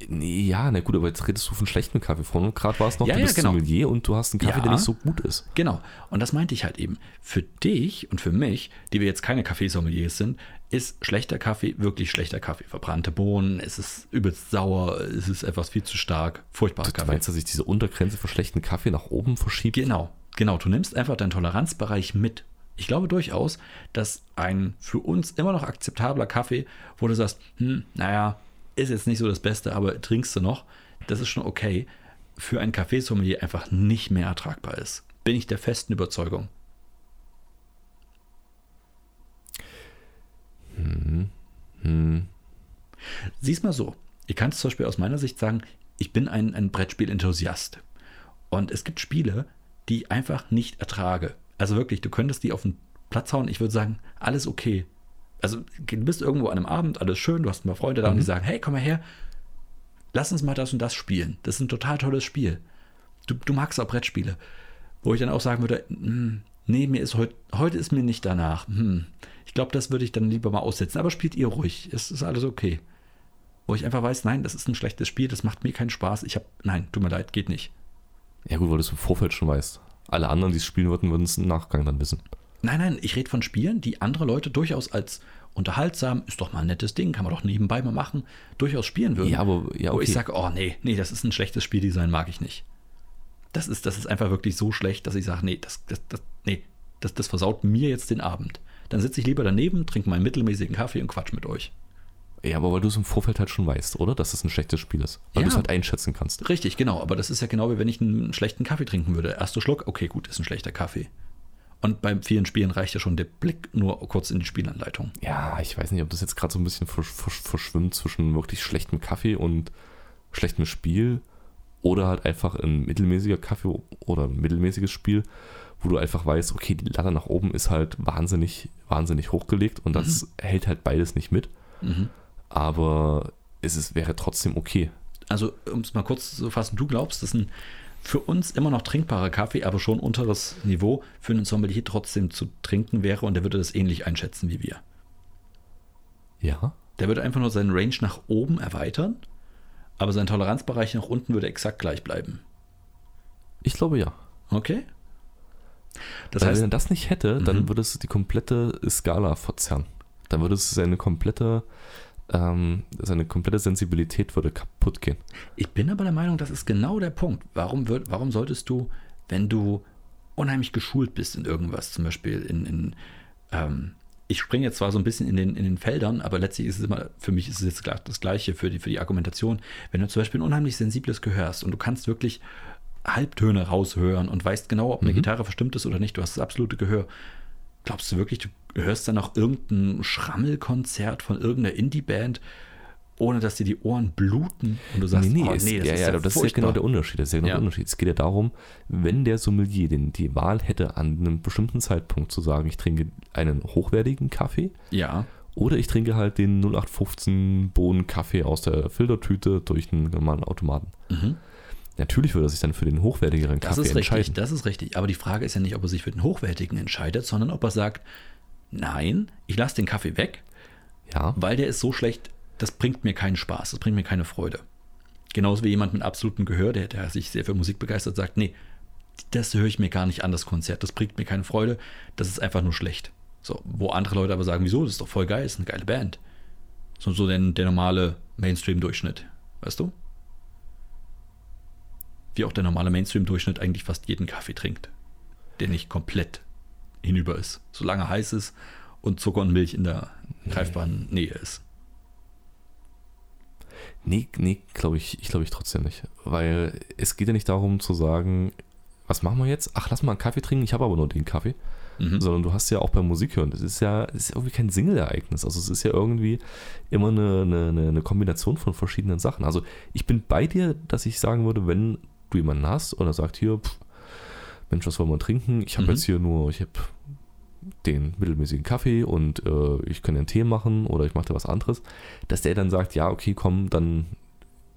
B: Nee, ja, na gut, aber jetzt redest du von schlechtem Kaffee. Vorhin gerade war es noch,
A: Ja,
B: du
A: ja,
B: bist
A: genau.
B: Sommelier und du hast einen Kaffee,
A: Ja.
B: der nicht so gut ist.
A: Genau. Und das meinte ich halt eben. Für dich und für mich, die wir jetzt keine Kaffeesommeliers sind, ist schlechter Kaffee wirklich schlechter Kaffee. Verbrannte Bohnen, es ist übelst sauer, es ist etwas viel zu stark, furchtbarer
B: Du
A: Kaffee.
B: meinst, dass sich diese Untergrenze für schlechten Kaffee nach oben verschiebt?
A: Genau, genau. Du nimmst einfach deinen Toleranzbereich mit. Ich glaube durchaus, dass ein für uns immer noch akzeptabler Kaffee, wo du sagst, hm, naja, ist jetzt nicht so das Beste, aber trinkst du noch, das ist schon okay, für einen Kaffeesommelier einfach nicht mehr ertragbar ist. Bin ich der festen Überzeugung.
B: Hm.
A: Sieh's mal so. Ich kann es zum Beispiel aus meiner Sicht sagen, ich bin ein, ein Brettspiel-Enthusiast. Und es gibt Spiele, die ich einfach nicht ertrage. Also wirklich, du könntest die auf den Platz hauen. Ich würde sagen, alles okay. Also du bist irgendwo an einem Abend, alles schön, du hast ein paar Freunde da und die sagen, hey, komm mal her, lass uns mal das und das spielen. Das ist ein total tolles Spiel. Du, du magst auch Brettspiele. Wo ich dann auch sagen würde, hm, nee, mir ist heute, heute ist mir nicht danach. Hm, ich glaube, das würde ich dann lieber mal aussetzen. Aber spielt ihr ruhig, es ist alles okay wo ich einfach weiß, nein, das ist ein schlechtes Spiel, das macht mir keinen Spaß. Ich habe, nein, tut mir leid, geht nicht.
B: Ja gut, weil du es im Vorfeld schon weißt. Alle anderen, die es spielen würden, würden es im Nachgang dann wissen.
A: Nein, nein, ich rede von Spielen, die andere Leute durchaus als unterhaltsam, ist doch mal ein nettes Ding, kann man doch nebenbei mal machen, durchaus spielen würden.
B: Ja, aber- ja,
A: Wo ich
B: okay.
A: sage, oh nee, nee, das ist ein schlechtes Spieldesign, mag ich nicht. Das ist, das ist einfach wirklich so schlecht, dass ich sage, nee, das, das, das, nee, das, das versaut mir jetzt den Abend. Dann sitze ich lieber daneben, trinke meinen mittelmäßigen Kaffee und quatsch mit euch.
B: Ja, aber weil du es im Vorfeld halt schon weißt, oder? Dass es ein schlechtes Spiel ist.
A: Ja.
B: Weil du es halt einschätzen kannst.
A: Richtig, genau. Aber das ist ja genau wie wenn ich einen schlechten Kaffee trinken würde. Erster Schluck, okay, gut, ist ein schlechter Kaffee. Und bei vielen Spielen reicht ja schon der Blick nur kurz in die Spielanleitung.
B: Ja, ich weiß nicht, ob das jetzt gerade so ein bisschen versch versch verschwimmt zwischen wirklich schlechtem Kaffee und schlechtem Spiel oder halt einfach ein mittelmäßiger Kaffee oder ein mittelmäßiges Spiel, wo du einfach weißt, okay, die Latte nach oben ist halt wahnsinnig, wahnsinnig hochgelegt und das hält halt beides nicht mit. Aber es ist, wäre trotzdem okay.
A: Also, um es mal kurz zu fassen, du glaubst, das ist ein für uns immer noch trinkbarer Kaffee, aber schon unteres Niveau für einen Sommelier trotzdem zu trinken wäre und der würde das ähnlich einschätzen wie wir.
B: Ja.
A: Der würde einfach nur seinen Range nach oben erweitern, aber sein Toleranzbereich nach unten würde exakt gleich bleiben.
B: Ich glaube ja.
A: Okay? Das
B: Weil
A: heißt,
B: wenn er das nicht hätte, dann
A: Mhm.
B: würde es die komplette Skala verzerren. Dann würde es seine komplette, ähm, seine komplette Sensibilität würde kaputt gehen.
A: Ich bin aber der Meinung, das ist genau der Punkt. Warum, wird, warum solltest du, wenn du unheimlich geschult bist in irgendwas, zum Beispiel in, in ähm, ich springe jetzt zwar so ein bisschen in den, in den Feldern, aber letztlich ist es immer, für mich ist es jetzt klar das Gleiche für die, für die Argumentation. Wenn du zum Beispiel ein unheimlich sensibles Gehör hast und du kannst wirklich Halbtöne raushören und weißt genau, ob eine
B: Mhm.
A: Gitarre verstimmt ist oder nicht, du hast das absolute Gehör. Glaubst du wirklich, du hörst dann noch irgendein Schrammelkonzert von irgendeiner Indie-Band, ohne dass dir die Ohren bluten und du sagst, oh,
B: es-
A: nee, das
B: ja,
A: ist
B: ja,
A: ja,
B: aber das ist ja
A: furchtbar.
B: genau der Unterschied. Das ist ja genau
A: Ja.
B: der Unterschied. Es geht ja darum, wenn der Sommelier den, die Wahl hätte, an einem bestimmten Zeitpunkt zu sagen, ich trinke einen hochwertigen Kaffee
A: Ja,
B: oder ich trinke halt den 0815 Bohnen Kaffee aus der Filtertüte durch einen normalen Automaten.
A: mhm.
B: Natürlich würde er sich dann für den hochwertigeren
A: das
B: Kaffee
A: ist richtig,
B: entscheiden.
A: das ist richtig. Aber die Frage ist ja nicht, ob er sich für den Hochwertigen entscheidet, sondern ob er sagt, nein, ich lasse den Kaffee weg,
B: Ja.
A: weil der ist so schlecht, das bringt mir keinen Spaß, das bringt mir keine Freude. Genauso wie jemand mit absolutem Gehör, der, der sich sehr für Musik begeistert, sagt, nee, das höre ich mir gar nicht an, das Konzert, das bringt mir keine Freude, das ist einfach nur schlecht. So, wo andere Leute aber sagen, wieso, das ist doch voll geil, ist eine geile Band. So, so der, der normale Mainstream-Durchschnitt, weißt du? Wie auch der normale Mainstream-Durchschnitt eigentlich fast jeden Kaffee trinkt, der nicht komplett hinüber ist, solange heiß ist und Zucker und Milch in der greifbaren Nähe ist.
B: Nee, nee, glaube ich, ich glaube ich trotzdem nicht. Weil es geht ja nicht darum zu sagen, was machen wir jetzt? Ach, lass mal einen Kaffee trinken, ich habe aber nur den Kaffee.
A: Mhm.
B: Sondern du hast ja auch beim Musik hören, das ist ja, es ist irgendwie kein Single-Ereignis. Also es ist ja irgendwie immer eine, eine, eine- eine Kombination von verschiedenen Sachen. Also ich bin bei dir, dass ich sagen würde, wenn du jemanden hast und er sagt hier, pff, Mensch, was wollen wir trinken? Ich habe
A: Mhm.
B: jetzt hier nur, ich habe den mittelmäßigen Kaffee und äh, ich kann einen Tee machen oder ich mache da was anderes, dass der dann sagt, ja, okay, komm, dann,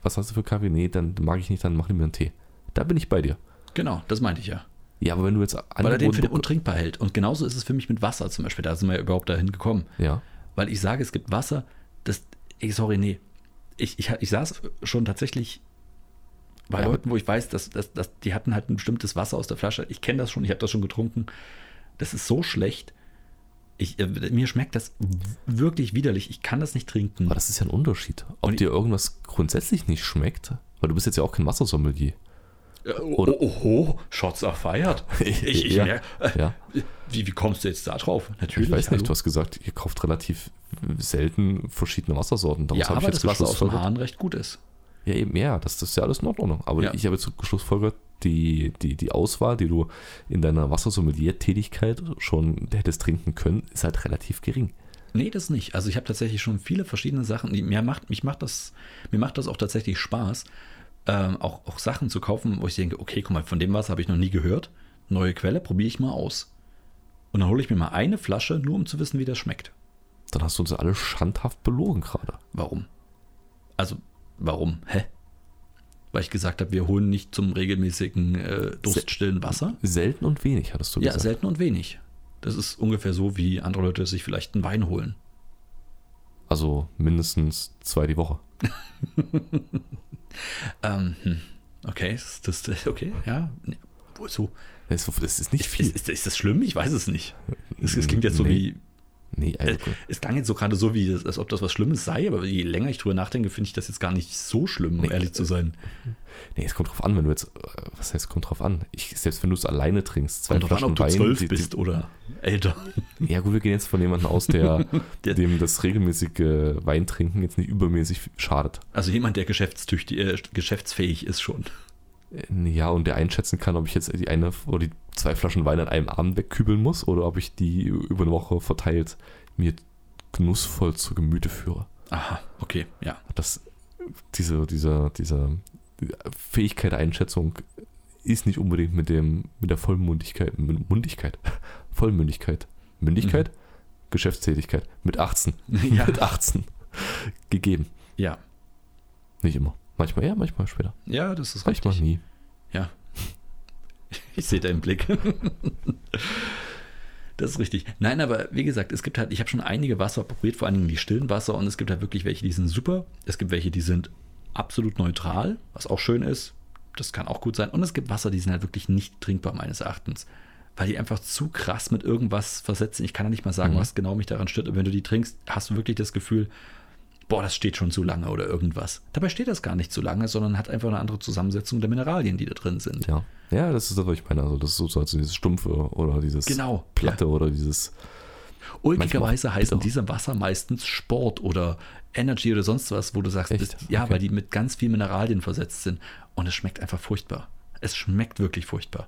B: was hast du für Kaffee? Nee, dann mag ich nicht, dann mach mir einen Tee. Da bin ich bei dir.
A: Genau, das meinte ich ja.
B: Ja, aber wenn du jetzt
A: Weil er den
B: Angebot
A: für
B: bek-
A: untrinkbar hält. Und genauso ist es für mich mit Wasser zum Beispiel. Da sind wir ja überhaupt dahin gekommen.
B: ja,
A: Weil ich sage, es gibt Wasser, das. Ey, sorry, nee. Ich, ich, ich saß schon tatsächlich bei
B: Ja, aber-
A: Leuten, wo ich weiß, dass, dass, dass die hatten halt ein bestimmtes Wasser aus der Flasche. Ich kenne das schon, ich habe das schon getrunken. Das ist so schlecht. Ich, äh, mir schmeckt das w- wirklich widerlich. Ich kann das nicht trinken.
B: aber das ist ja ein Unterschied. Ob
A: Und-
B: dir irgendwas grundsätzlich nicht schmeckt, weil du bist jetzt ja auch kein Wassersommelier.
A: Äh, Oh, oh, oh, Shots are fired. Ich, ich
B: Ja.
A: merk- äh,
B: Ja.
A: Wie, wie kommst du jetzt da drauf? Natürlich.
B: Ich weiß nicht,
A: hallo.
B: du hast gesagt, ihr kauft relativ selten verschiedene Wassersorten. Daraus
A: ja,
B: habe
A: aber
B: ich jetzt
A: das Wasser aus dem
B: geschlussfolgert.
A: Hahn recht gut ist.
B: Ja, eben, ja, das, das ist ja alles in Ordnung. Aber
A: Ja.
B: ich habe jetzt geschlussfolgert, die, die, die Auswahl, die du in deiner Wassersommelier-Tätigkeit schon hättest trinken können, ist halt relativ gering.
A: Nee, das nicht. Also ich habe tatsächlich schon viele verschiedene Sachen. die- Mir macht, mich macht das, mir macht das auch tatsächlich Spaß, ähm, auch, auch Sachen zu kaufen, wo ich denke, okay, guck mal, von dem was habe ich noch nie gehört. Neue Quelle, probiere ich mal aus. Und dann hole ich mir mal eine Flasche, nur um zu wissen, wie das schmeckt.
B: Dann hast du uns alle schandhaft belogen gerade.
A: Warum? Also, warum? Hä? Weil ich gesagt habe, wir holen nicht zum regelmäßigen äh, Durststillen Wasser.
B: Selten und wenig, hattest du
A: Ja,
B: gesagt.
A: selten und wenig. Das ist ungefähr so, wie andere Leute sich vielleicht einen Wein holen.
B: Also mindestens zwei die Woche.
A: Ähm, hm. okay, ist das, das- okay, ja. Nee, So.
B: Das ist, das ist nicht viel.
A: Ist, ist, ist das schlimm? Ich weiß es nicht. Es, es klingt jetzt so
B: Nee.
A: wie.
B: Nee,
A: Äh,
B: also,
A: es klang jetzt so gerade so, wie, als ob das was Schlimmes sei, aber je länger ich drüber nachdenke, finde ich das jetzt gar nicht so schlimm, um
B: Nee.
A: ehrlich zu sein.
B: nee, es kommt drauf an, wenn du jetzt. äh, Was heißt, kommt drauf an? Ich, selbst wenn du es alleine trinkst, zwei
A: Kommt drauf an, ob du
B: Wein,
A: zwölf
B: die- die-
A: bist oder älter.
B: Ja, gut, wir gehen jetzt von jemandem aus, der,
A: Der-
B: dem das regelmäßige Weintrinken jetzt nicht übermäßig schadet.
A: Also jemand, der geschäftstüchtig, äh, geschäftsfähig ist schon.
B: Äh, Ja, und der einschätzen kann, ob ich jetzt die eine oder die zwei Flaschen Wein an einem Abend wegkübeln muss oder ob ich die über eine Woche verteilt mir genussvoll zu Gemüte führe.
A: Aha, okay, ja.
B: Das, diese, diese, diese Fähigkeit der Einschätzung ist nicht unbedingt mit dem, mit der Vollmundigkeit, mit Mundigkeit, Vollmündigkeit, Mündigkeit, Geschäftstätigkeit mit 18,
A: Mhm. ja.
B: mit 18 gegeben.
A: Ja,
B: Nicht immer. Manchmal ja, manchmal später.
A: ja, das ist
B: Manchmal
A: richtig.
B: nie.
A: Ich sehe deinen Blick. Das ist richtig. Nein, aber wie gesagt, es gibt halt, ich habe schon einige Wasser probiert, vor allen Dingen die stillen Wasser und es gibt halt wirklich welche, die sind super. Es gibt welche, die sind absolut neutral, was auch schön ist. Das kann auch gut sein. Und es gibt Wasser, die sind halt wirklich nicht trinkbar, meines Erachtens. Weil die einfach zu krass mit irgendwas versetzen. Ich kann ja nicht mal sagen,
B: Mhm.
A: was genau mich daran stört. Und wenn du die trinkst, hast du wirklich das Gefühl, boah, das steht schon zu lange oder irgendwas. Dabei steht das gar nicht zu lange, sondern hat einfach eine andere Zusammensetzung der Mineralien, die da drin sind.
B: Ja. Ja, das ist das, was ich meine. Also, das ist so also dieses Stumpfe oder dieses
A: Genau.
B: Platte oder dieses.
A: Ulkigerweise
B: Manchmal auch
A: heißen
B: bitter.
A: diese Wasser meistens Sport oder Energy oder sonst was, wo du sagst,
B: Echt?
A: das, ja,
B: Okay.
A: weil die mit ganz viel Mineralien versetzt sind. Und es schmeckt einfach furchtbar. Es schmeckt wirklich furchtbar.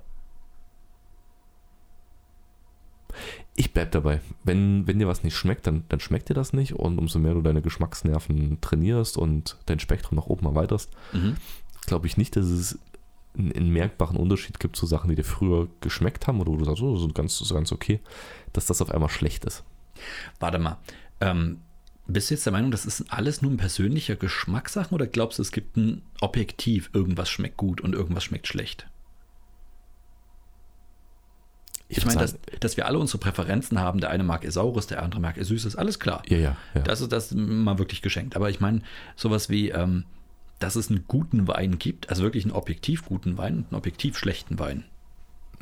B: Ich bleib dabei. Wenn, wenn dir was nicht schmeckt, dann, dann schmeckt dir das nicht. Und umso mehr du deine Geschmacksnerven trainierst und dein Spektrum nach oben erweiterst,
A: Mhm.
B: glaube ich nicht, dass es einen, einen merkbaren Unterschied gibt zu Sachen, die dir früher geschmeckt haben oder wo du sagst, oh, das ist ganz, das ist ganz okay, dass das auf einmal schlecht ist.
A: Warte mal. Ähm, bist du jetzt der Meinung, das ist alles nur ein persönlicher Geschmackssachen oder glaubst du, es gibt ein Objektiv, irgendwas schmeckt gut und irgendwas schmeckt schlecht? Ich,
B: würd
A: meine, dass,
B: sagen,
A: dass wir alle unsere Präferenzen haben. Der eine mag ihr Saures, der andere mag ihr Süßes, alles klar.
B: Ja, ja, ja.
A: Das ist das mal wirklich geschenkt. Aber ich meine, sowas wie, ähm, dass es einen guten Wein gibt, also wirklich einen objektiv guten Wein und einen objektiv schlechten Wein.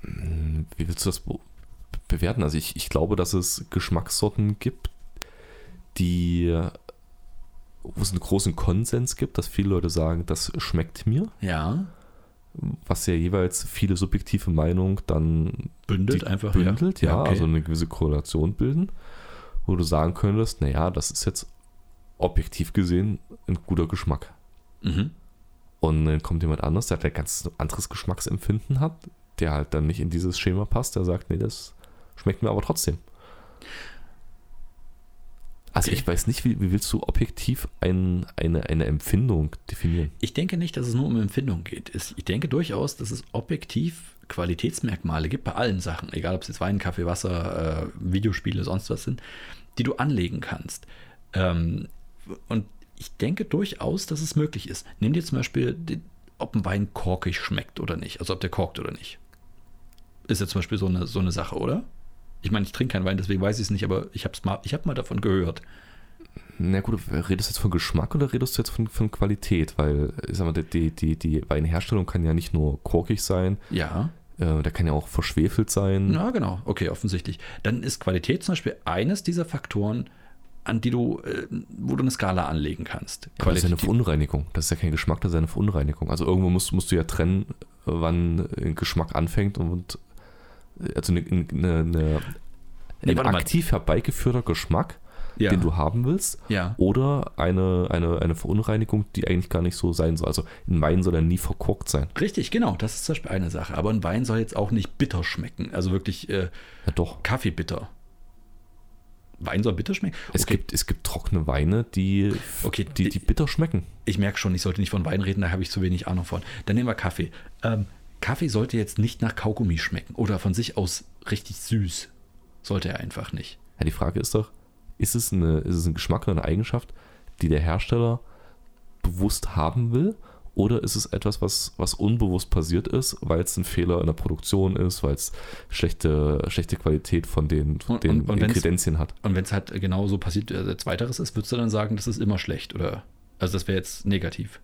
B: Wie willst du das be bewerten? Also ich, ich glaube, dass es Geschmackssorten gibt, die wo es einen großen Konsens gibt, dass viele Leute sagen, das schmeckt mir,
A: Ja,
B: was ja jeweils viele subjektive Meinung dann
A: bündelt
B: die
A: einfach.
B: bündelt, ja,
A: okay.
B: also eine gewisse Korrelation bilden, wo du sagen könntest, naja, das ist jetzt objektiv gesehen ein guter Geschmack.
A: mhm.
B: Und dann kommt jemand anderes, der halt ein ganz anderes Geschmacksempfinden hat, der halt dann nicht in dieses Schema passt, der sagt, nee, das schmeckt mir aber trotzdem. Also
A: Okay.
B: ich weiß nicht, wie, wie willst du objektiv ein, eine, eine Empfindung definieren?
A: Ich denke nicht, dass es nur um Empfindung geht. Es- Ich denke durchaus, dass es objektiv Qualitätsmerkmale gibt bei allen Sachen, egal ob es jetzt Wein, Kaffee, Wasser, äh, Videospiele, sonst was sind, die du anlegen kannst. Ähm, und ich denke durchaus, dass es möglich ist. Nimm dir zum Beispiel die, ob ein Wein korkig schmeckt oder nicht. Also ob der korkt oder nicht. Ist ja zum Beispiel so eine, so eine Sache, oder? Ich meine, ich trinke keinen Wein, deswegen weiß ich es nicht, aber ich habe mal, ich hab mal davon gehört.
B: Na gut, redest du jetzt von Geschmack oder redest du jetzt von, von Qualität? Weil, ich sag mal, die, die, die Weinherstellung kann ja nicht nur korkig sein,
A: Ja.
B: äh, da kann ja auch verschwefelt sein.
A: Ja, genau. Okay, offensichtlich. Dann ist Qualität zum Beispiel eines dieser Faktoren, an die du, äh, wo du eine Skala anlegen kannst.
B: Aber das ist ja eine
A: Qualität.
B: Verunreinigung. Das ist ja kein Geschmack, das ist ja eine Verunreinigung. Also irgendwo musst, musst du ja trennen, äh, wann äh, Geschmack anfängt und äh, also eine, eine, eine,
A: Nee,
B: ein
A: warte mal.
B: aktiv herbeigeführter Geschmack,
A: Ja.
B: den du haben willst,
A: ja.
B: oder eine, eine, eine Verunreinigung, die eigentlich gar nicht so sein soll. Also in Wein soll er nie verkorkt sein.
A: Richtig, genau. Das ist zum Beispiel eine Sache. Aber ein Wein soll jetzt auch nicht bitter schmecken. Also wirklich äh,
B: Ja doch.
A: Kaffeebitter. Wein soll bitter schmecken?
B: Es, gibt, es gibt trockene Weine, die,
A: Okay,
B: die, die bitter schmecken.
A: Ich merke schon, ich sollte nicht von Wein reden, da habe ich zu wenig Ahnung von. Dann nehmen wir Kaffee. Ähm, Kaffee sollte jetzt nicht nach Kaugummi schmecken oder von sich aus richtig süß. Sollte er einfach nicht.
B: Ja, die Frage ist doch, ist es, eine, ist es ein Geschmack oder eine Eigenschaft, die der Hersteller bewusst haben will? Oder ist es etwas, was, was unbewusst passiert ist, weil es ein Fehler in der Produktion ist, weil es schlechte, schlechte Qualität von den, von
A: Und-
B: den
A: und- und wenn's-
B: Inkredenzien hat?
A: Und wenn es halt genau so passiert, also als weiteres ist, würdest du dann sagen, das ist immer schlecht oder? Also das wäre jetzt negativ.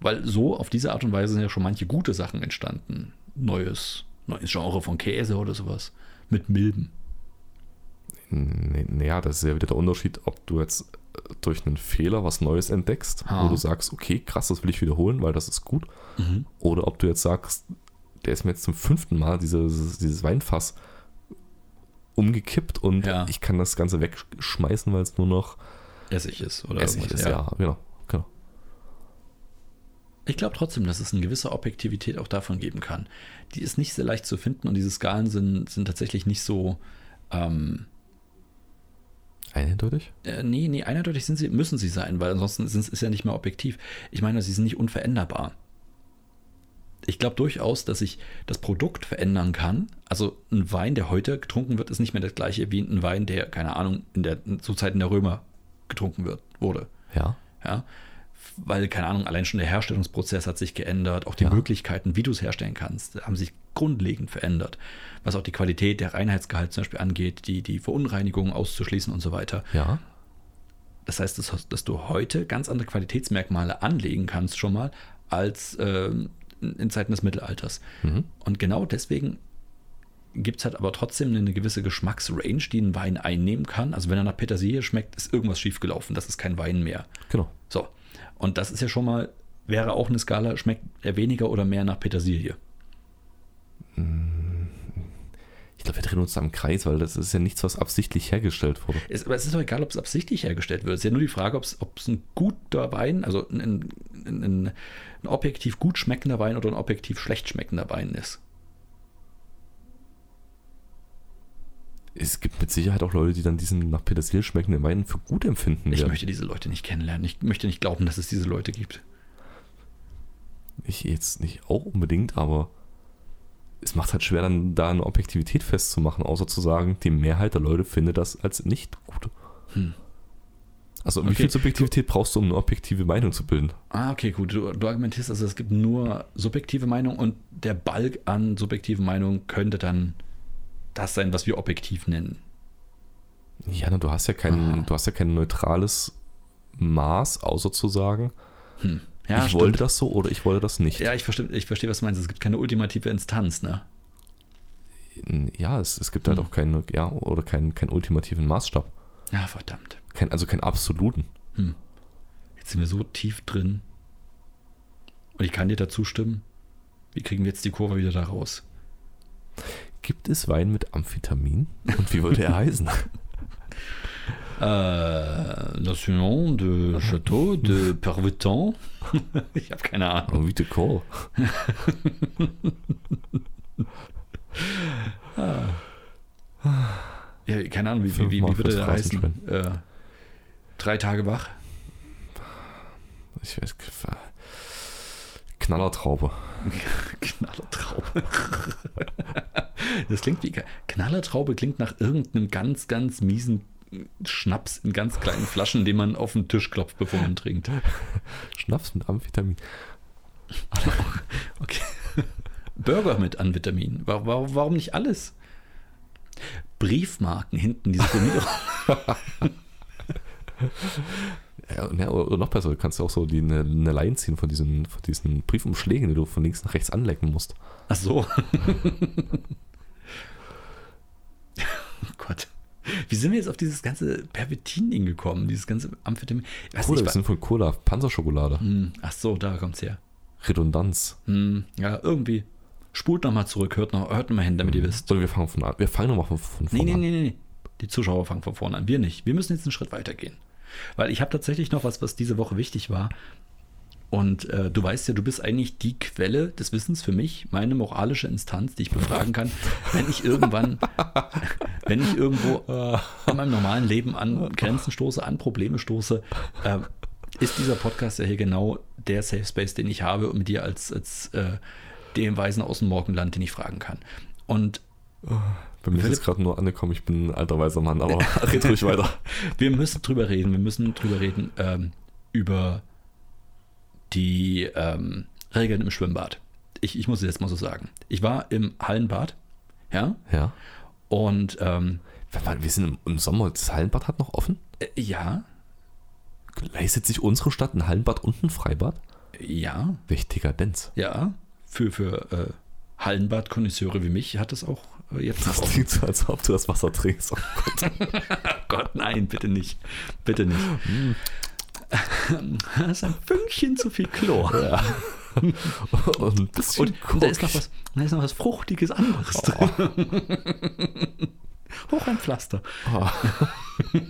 A: Weil so auf diese Art und Weise sind ja schon manche gute Sachen entstanden. Neues, neues Genre von Käse oder sowas. Mit Milben.
B: Nee, Naja, das ist ja wieder der Unterschied, ob du jetzt äh, durch einen Fehler was Neues entdeckst,
A: Ah.
B: wo du sagst, okay, krass, das will ich wiederholen, weil das ist gut.
A: Mhm.
B: Oder ob du jetzt sagst, der ist mir jetzt zum fünften Mal dieses, dieses Weinfass umgekippt und
A: Ja.
B: ich kann das Ganze wegschmeißen, weil es nur noch
A: Essig ist oder
B: Essig
A: irgendwas.
B: ist. Ja, genau. genau.
A: Ich glaube trotzdem, dass es eine gewisse Objektivität auch davon geben kann. Die ist nicht sehr leicht zu finden und diese Skalen sind, sind tatsächlich nicht so. Ähm,
B: Eindeutig?
A: äh, nee, nee, eindeutig sind sie, müssen sie sein, weil ansonsten sind, ist ja nicht mehr objektiv. Ich meine, sie sind nicht unveränderbar. Ich glaube durchaus, dass ich das Produkt verändern kann. Also ein Wein, der heute getrunken wird, ist nicht mehr das gleiche wie ein Wein, der, keine Ahnung, in der, zu Zeiten der Römer getrunken wird, wurde.
B: Ja.
A: Ja? Weil, keine Ahnung, allein schon der Herstellungsprozess hat sich geändert, auch die
B: Ja.
A: Möglichkeiten, wie du es herstellen kannst, haben sich grundlegend verändert. Was auch die Qualität, der Reinheitsgehalt zum Beispiel angeht, die, die Verunreinigungen auszuschließen und so weiter.
B: Ja.
A: Das heißt, dass, dass du heute ganz andere Qualitätsmerkmale anlegen kannst schon mal als ähm, in in Zeiten des Mittelalters.
B: Mhm.
A: Und genau deswegen gibt es halt aber trotzdem eine gewisse Geschmacksrange, die ein Wein einnehmen kann. Also wenn er nach Petersilie schmeckt, ist irgendwas schiefgelaufen. Das ist kein Wein mehr.
B: Genau.
A: So, und das ist ja schon mal, wäre auch eine Skala, schmeckt er weniger oder mehr nach Petersilie.
B: Ich glaube, wir drehen uns da im Kreis, weil das ist ja nichts, was absichtlich hergestellt wurde.
A: Es, aber es ist doch egal, ob es absichtlich hergestellt wird. Es ist ja nur die Frage, ob es, ob es ein guter Wein, also ein, ein, ein, ein objektiv gut schmeckender Wein oder ein objektiv schlecht schmeckender Wein ist.
B: Es gibt mit Sicherheit auch Leute, die dann diesen nach Petersilie schmeckenden Wein für gut empfinden
A: Ich
B: werden.
A: möchte diese Leute nicht kennenlernen. Ich möchte nicht glauben, dass es diese Leute gibt.
B: Ich jetzt nicht auch unbedingt, aber es macht halt schwer, dann da eine Objektivität festzumachen, außer zu sagen, die Mehrheit der Leute findet das als nicht gut.
A: Hm.
B: Also wie
A: Okay.
B: viel Subjektivität brauchst du, um eine objektive Meinung zu bilden?
A: Ah, okay, gut. Du, du argumentierst also, es gibt nur subjektive Meinung und der Balk an subjektiven Meinungen könnte dann das sein, was wir objektiv nennen.
B: Ja, na, du hast ja kein,
A: Aha.
B: du hast ja kein neutrales Maß, außer zu sagen,
A: Hm. Ja,
B: ich
A: stimmt.
B: wollte das so oder ich wollte das nicht.
A: Ja, ich verstehe, ich verstehe, was du meinst. Es gibt keine ultimative Instanz, ne?
B: Ja, es, es gibt halt
A: Hm.
B: auch keinen, ja, oder keinen, keinen ultimativen Maßstab.
A: Ja, verdammt.
B: Kein, also keinen absoluten.
A: Jetzt sind wir so tief drin. Und ich kann dir dazu stimmen. Wie kriegen wir jetzt die Kurve wieder da raus?
B: Gibt es Wein mit Amphetamin? Und wie würde er heißen?
A: Äh, Nation de Château de Pervitan. ich habe keine Ahnung.
B: Wie de Call.
A: Ja, keine Ahnung, wie, wie, wie, wie
B: Fünfmal
A: würde der
B: fürs
A: heißen? Äh, drei Tage wach?
B: ich weiß, Knallertraube.
A: Knallertraube. das klingt wie. Knallertraube klingt nach irgendeinem ganz, ganz miesen Schnaps in ganz kleinen Flaschen, den man auf den Tisch klopft, bevor man trinkt.
B: Schnaps mit Amphetamin.
A: okay. Burger mit an Vitaminen. Wa- wa- Warum nicht alles? Briefmarken hinten, diese Gummierung.
B: Ja, und ja, oder oder noch besser, du kannst ja auch so die, eine, eine Line ziehen von diesen, von diesen Briefumschlägen, die du von links nach rechts anlecken musst.
A: Ach so. oh Gott. Wie sind wir jetzt auf dieses ganze Pervitin-Ding gekommen? Dieses ganze Amphetamin? Ich weiß
B: Oder
A: nicht,
B: wir
A: wa-
B: sind von Cola, Panzerschokolade.
A: Hm, Ach so, da kommt's her.
B: Redundanz.
A: Hm, Ja, irgendwie. Spult nochmal zurück, hört noch, hört noch mal hin, damit ihr wisst.
B: Oder wir fangen von an. Wir fangen nochmal von, von
A: Nee,
B: vorne
A: nee,
B: an.
A: nee, nee. nee. Die Zuschauer fangen von vorne an. Wir nicht. Wir müssen jetzt einen Schritt weitergehen. Weil ich habe tatsächlich noch was, was diese Woche wichtig war. Und äh, du weißt ja, du bist eigentlich die Quelle des Wissens für mich, meine moralische Instanz, die ich befragen kann, wenn ich irgendwann, wenn ich irgendwo in meinem normalen Leben an Grenzen stoße, an Probleme stoße, äh, ist dieser Podcast ja hier genau der Safe Space, den ich habe und mit dir als, als äh, dem Weisen aus dem Morgenland, den ich fragen kann. Und
B: Bei mir ist
A: Philipp-
B: es gerade nur angekommen, ich bin ein alter weiser Mann, aber red ruhig weiter.
A: Wir müssen drüber reden. Wir müssen drüber reden ähm, über die ähm, Regeln im Schwimmbad. Ich, ich muss es jetzt mal so sagen. Ich war im Hallenbad, ja,
B: Ja.
A: und ähm,
B: Warte mal, Wir sind im, im Sommer, das Hallenbad hat noch offen?
A: äh, ja,
B: Leistet sich unsere Stadt ein Hallenbad und ein Freibad?
A: ja,
B: Welch Dekadenz.
A: ja. Für, für äh, Hallenbad-Konnoisseure wie mich hat es auch äh, jetzt.
B: Das
A: auch-
B: klingt so, als ob du das Wasser trinkst.
A: Gott, nein, bitte nicht. Bitte nicht. Hm. Das ist ein Fünkchen zu viel Chlor.
B: Und ein bisschen
A: Und, und da, ist noch was,
B: Koks.
A: da ist noch was Fruchtiges anderes drin. Hoch ein Pflaster.
B: Oh.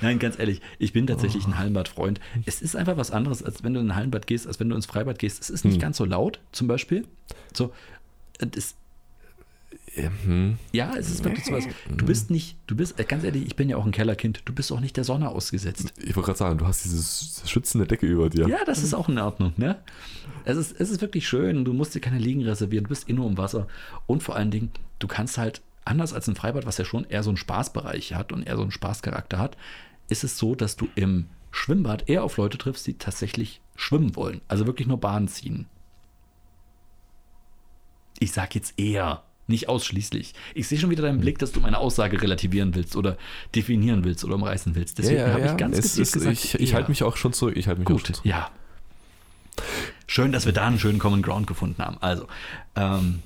A: Nein, ganz ehrlich, ich bin tatsächlich ein Hallenbad-Freund. Es ist einfach was anderes, als wenn du in ein Hallenbad gehst, als wenn du ins Freibad gehst. Es ist nicht ganz so laut, zum Beispiel. So, und es,
B: Mhm.
A: ja, es ist wirklich sowas. Du bist nicht, du bist, äh, ganz ehrlich, ich bin ja auch ein Kellerkind, du bist auch nicht der Sonne ausgesetzt.
B: Ich wollte gerade sagen, du hast diese schützende Decke über dir.
A: Ja, das ist auch in Ordnung, ne? Es ist, es ist wirklich schön, du musst dir keine Liegen reservieren, du bist eh nur im Wasser. Und vor allen Dingen, du kannst halt, anders als im Freibad, was ja schon eher so einen Spaßbereich hat und eher so einen Spaßcharakter hat, ist es so, dass du im Schwimmbad eher auf Leute triffst, die tatsächlich schwimmen wollen. Also wirklich nur Bahn ziehen. Ich sag jetzt eher, nicht ausschließlich. Ich sehe schon wieder deinen Blick, dass du meine Aussage relativieren willst oder definieren willst oder umreißen willst. Deswegen habe ich ganz
B: Es
A: gezielt
B: ist-
A: gesagt,
B: Ich, ich
A: eher.
B: halte mich auch schon zurück. Ich halte mich auch schon
A: Gut,
B: zurück.
A: ja. Schön, dass wir da einen schönen Common Ground gefunden haben. Also, ähm,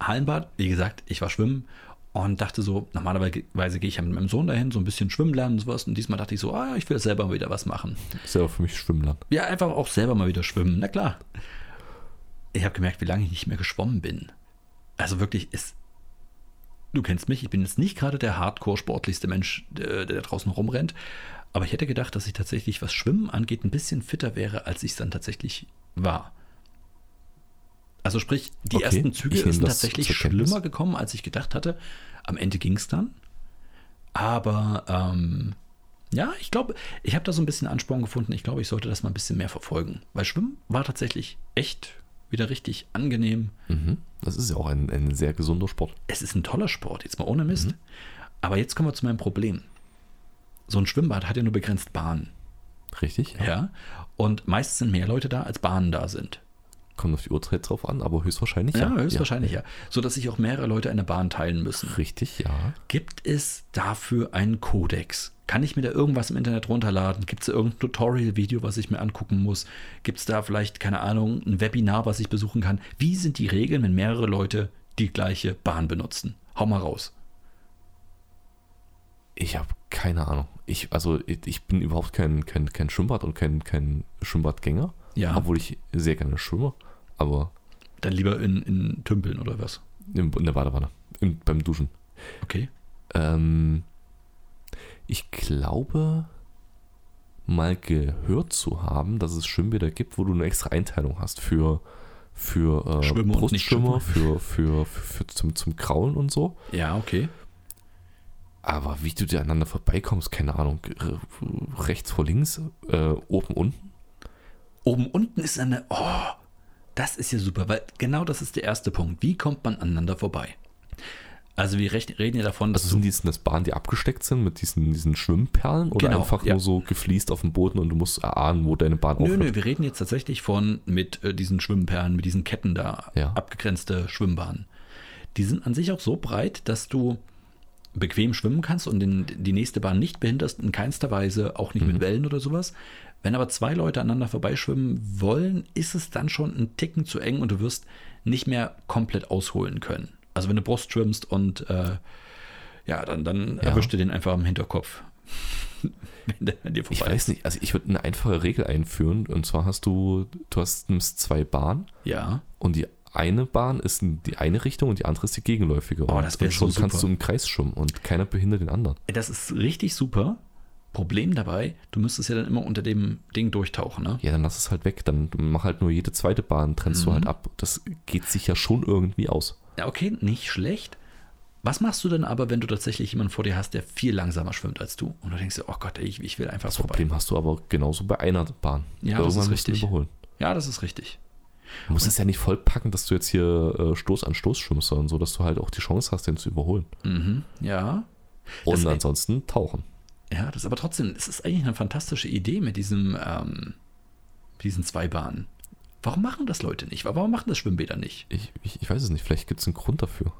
A: Hallenbad, wie gesagt, ich war schwimmen und dachte so, normalerweise gehe ich ja mit meinem Sohn dahin, so ein bisschen schwimmen lernen und sowas. Und diesmal dachte ich so, ah, ich will selber mal wieder was machen.
B: Ist ja für mich Schwimmland.
A: Ja, einfach auch selber mal wieder schwimmen, na klar. Ich habe gemerkt, wie lange ich nicht mehr geschwommen bin. Also wirklich, es, du kennst mich, ich bin jetzt nicht gerade der hardcore-sportlichste Mensch, der, der da draußen rumrennt. Aber ich hätte gedacht, dass ich tatsächlich, was Schwimmen angeht, ein bisschen fitter wäre, als ich es dann tatsächlich war. Also sprich, die
B: Okay,
A: ersten Züge
B: ich nehme
A: sind
B: das
A: tatsächlich
B: zur Kenntnis.
A: schlimmer gekommen, als ich gedacht hatte. Am Ende ging es dann. Aber ähm, ja, ich glaube, ich habe da so ein bisschen Ansporn gefunden. Ich glaube, ich sollte das mal ein bisschen mehr verfolgen. Weil Schwimmen war tatsächlich echt wieder richtig angenehm.
B: Mhm. Das ist ja auch ein, ein sehr gesunder Sport.
A: Es ist ein toller Sport, jetzt mal ohne Mist. Aber jetzt kommen wir zu meinem Problem. So ein Schwimmbad hat ja nur begrenzt Bahnen.
B: Richtig?
A: Ja. Und meist sind mehr Leute da, als Bahnen da sind.
B: Kommt auf die Uhrzeit drauf an, aber höchstwahrscheinlich
A: Ja, höchstwahrscheinlich ja. So dass sich auch mehrere Leute eine Bahn teilen müssen.
B: Richtig, ja.
A: Gibt es dafür einen Kodex? Kann ich mir da irgendwas im Internet runterladen? Gibt es da irgendein Tutorial-Video, was ich mir angucken muss? Gibt es da vielleicht, keine Ahnung, ein Webinar, was ich besuchen kann? Wie sind die Regeln, wenn mehrere Leute die gleiche Bahn benutzen? Hau mal raus.
B: Ich habe keine Ahnung. Ich, also ich, ich bin überhaupt kein, kein, kein Schwimmbad und kein, kein Schwimmbadgänger.
A: Ja.
B: Obwohl ich sehr gerne schwimme. Aber
A: Dann lieber in, in Tümpeln oder was?
B: in, in der Badewanne. Im, beim Duschen.
A: Okay.
B: Ähm, ich glaube, mal gehört zu haben, dass es Schwimmbäder gibt, wo du eine extra Einteilung hast für, für äh,
A: Schwimmer und
B: Brustschwimmer, für, für, für, für zum, zum Kraulen und so.
A: Ja, okay.
B: Aber wie du dir aneinander vorbeikommst, keine Ahnung, r- rechts vor links, äh, oben unten.
A: Oben unten ist eine. Oh, das ist ja super, weil genau das ist der erste Punkt. Wie kommt man aneinander vorbei? Also wir rechn- reden ja davon,
B: Also sind die jetzt in das Bahn, die abgesteckt sind mit diesen, diesen Schwimmperlen oder
A: Genau,
B: einfach
A: ja.
B: nur so gefliest auf dem Boden und du musst erahnen, wo deine Bahn
A: Nö,
B: aufhört?
A: nö, wir reden jetzt tatsächlich von mit äh, diesen Schwimmperlen, mit diesen Ketten da,
B: Ja.
A: abgegrenzte Schwimmbahnen. Die sind an sich auch so breit, dass du bequem schwimmen kannst und den, die nächste Bahn nicht behinderst, in keinster Weise, auch nicht
B: Mhm.
A: mit Wellen oder sowas. Wenn aber zwei Leute aneinander vorbeischwimmen wollen, ist es dann schon ein Ticken zu eng und du wirst nicht mehr komplett ausholen können. Also wenn du Brust schwimmst und äh, ja, dann, dann
B: Ja.
A: erwischst du den einfach am Hinterkopf. wenn der an dir
B: Ich
A: vorbei
B: weiß nicht, also ich würde eine einfache Regel einführen und zwar hast du, du hast nimmst zwei Bahnen
A: Ja.
B: und die eine Bahn ist in die eine Richtung und die andere ist die gegenläufige.
A: Oh,
B: und
A: das wär
B: und
A: so
B: schon kannst
A: super.
B: du im Kreis schwimmen und keiner behindert den anderen.
A: Das ist richtig super. Problem dabei, du müsstest ja dann immer unter dem Ding durchtauchen, ne?
B: Ja, dann lass es halt weg, dann mach halt nur jede zweite Bahn, trennst
A: Mhm.
B: du halt ab. Das geht sich ja schon irgendwie aus.
A: Ja, okay, nicht schlecht. Was machst du denn aber, wenn du tatsächlich jemanden vor dir hast, der viel langsamer schwimmt als du? Und du denkst dir, oh Gott, ey, ich, ich will einfach
B: Das
A: vorbei.
B: Problem hast du aber genauso bei einer Bahn.
A: Ja, das ist
B: musst du
A: richtig.
B: Überholen.
A: Ja, das ist richtig.
B: Du musst es ja nicht vollpacken, dass du jetzt hier äh, Stoß an Stoß schwimmst, sondern so, dass du halt auch die Chance hast, den zu überholen.
A: Mhm, ja.
B: Und
A: Das-
B: ansonsten tauchen.
A: Ja, das ist aber trotzdem, es ist eigentlich eine fantastische Idee mit diesem, ähm, diesen zwei Bahnen. Warum machen das Leute nicht? Warum machen das Schwimmbäder nicht?
B: Ich, ich, ich weiß es nicht, vielleicht gibt es einen Grund dafür.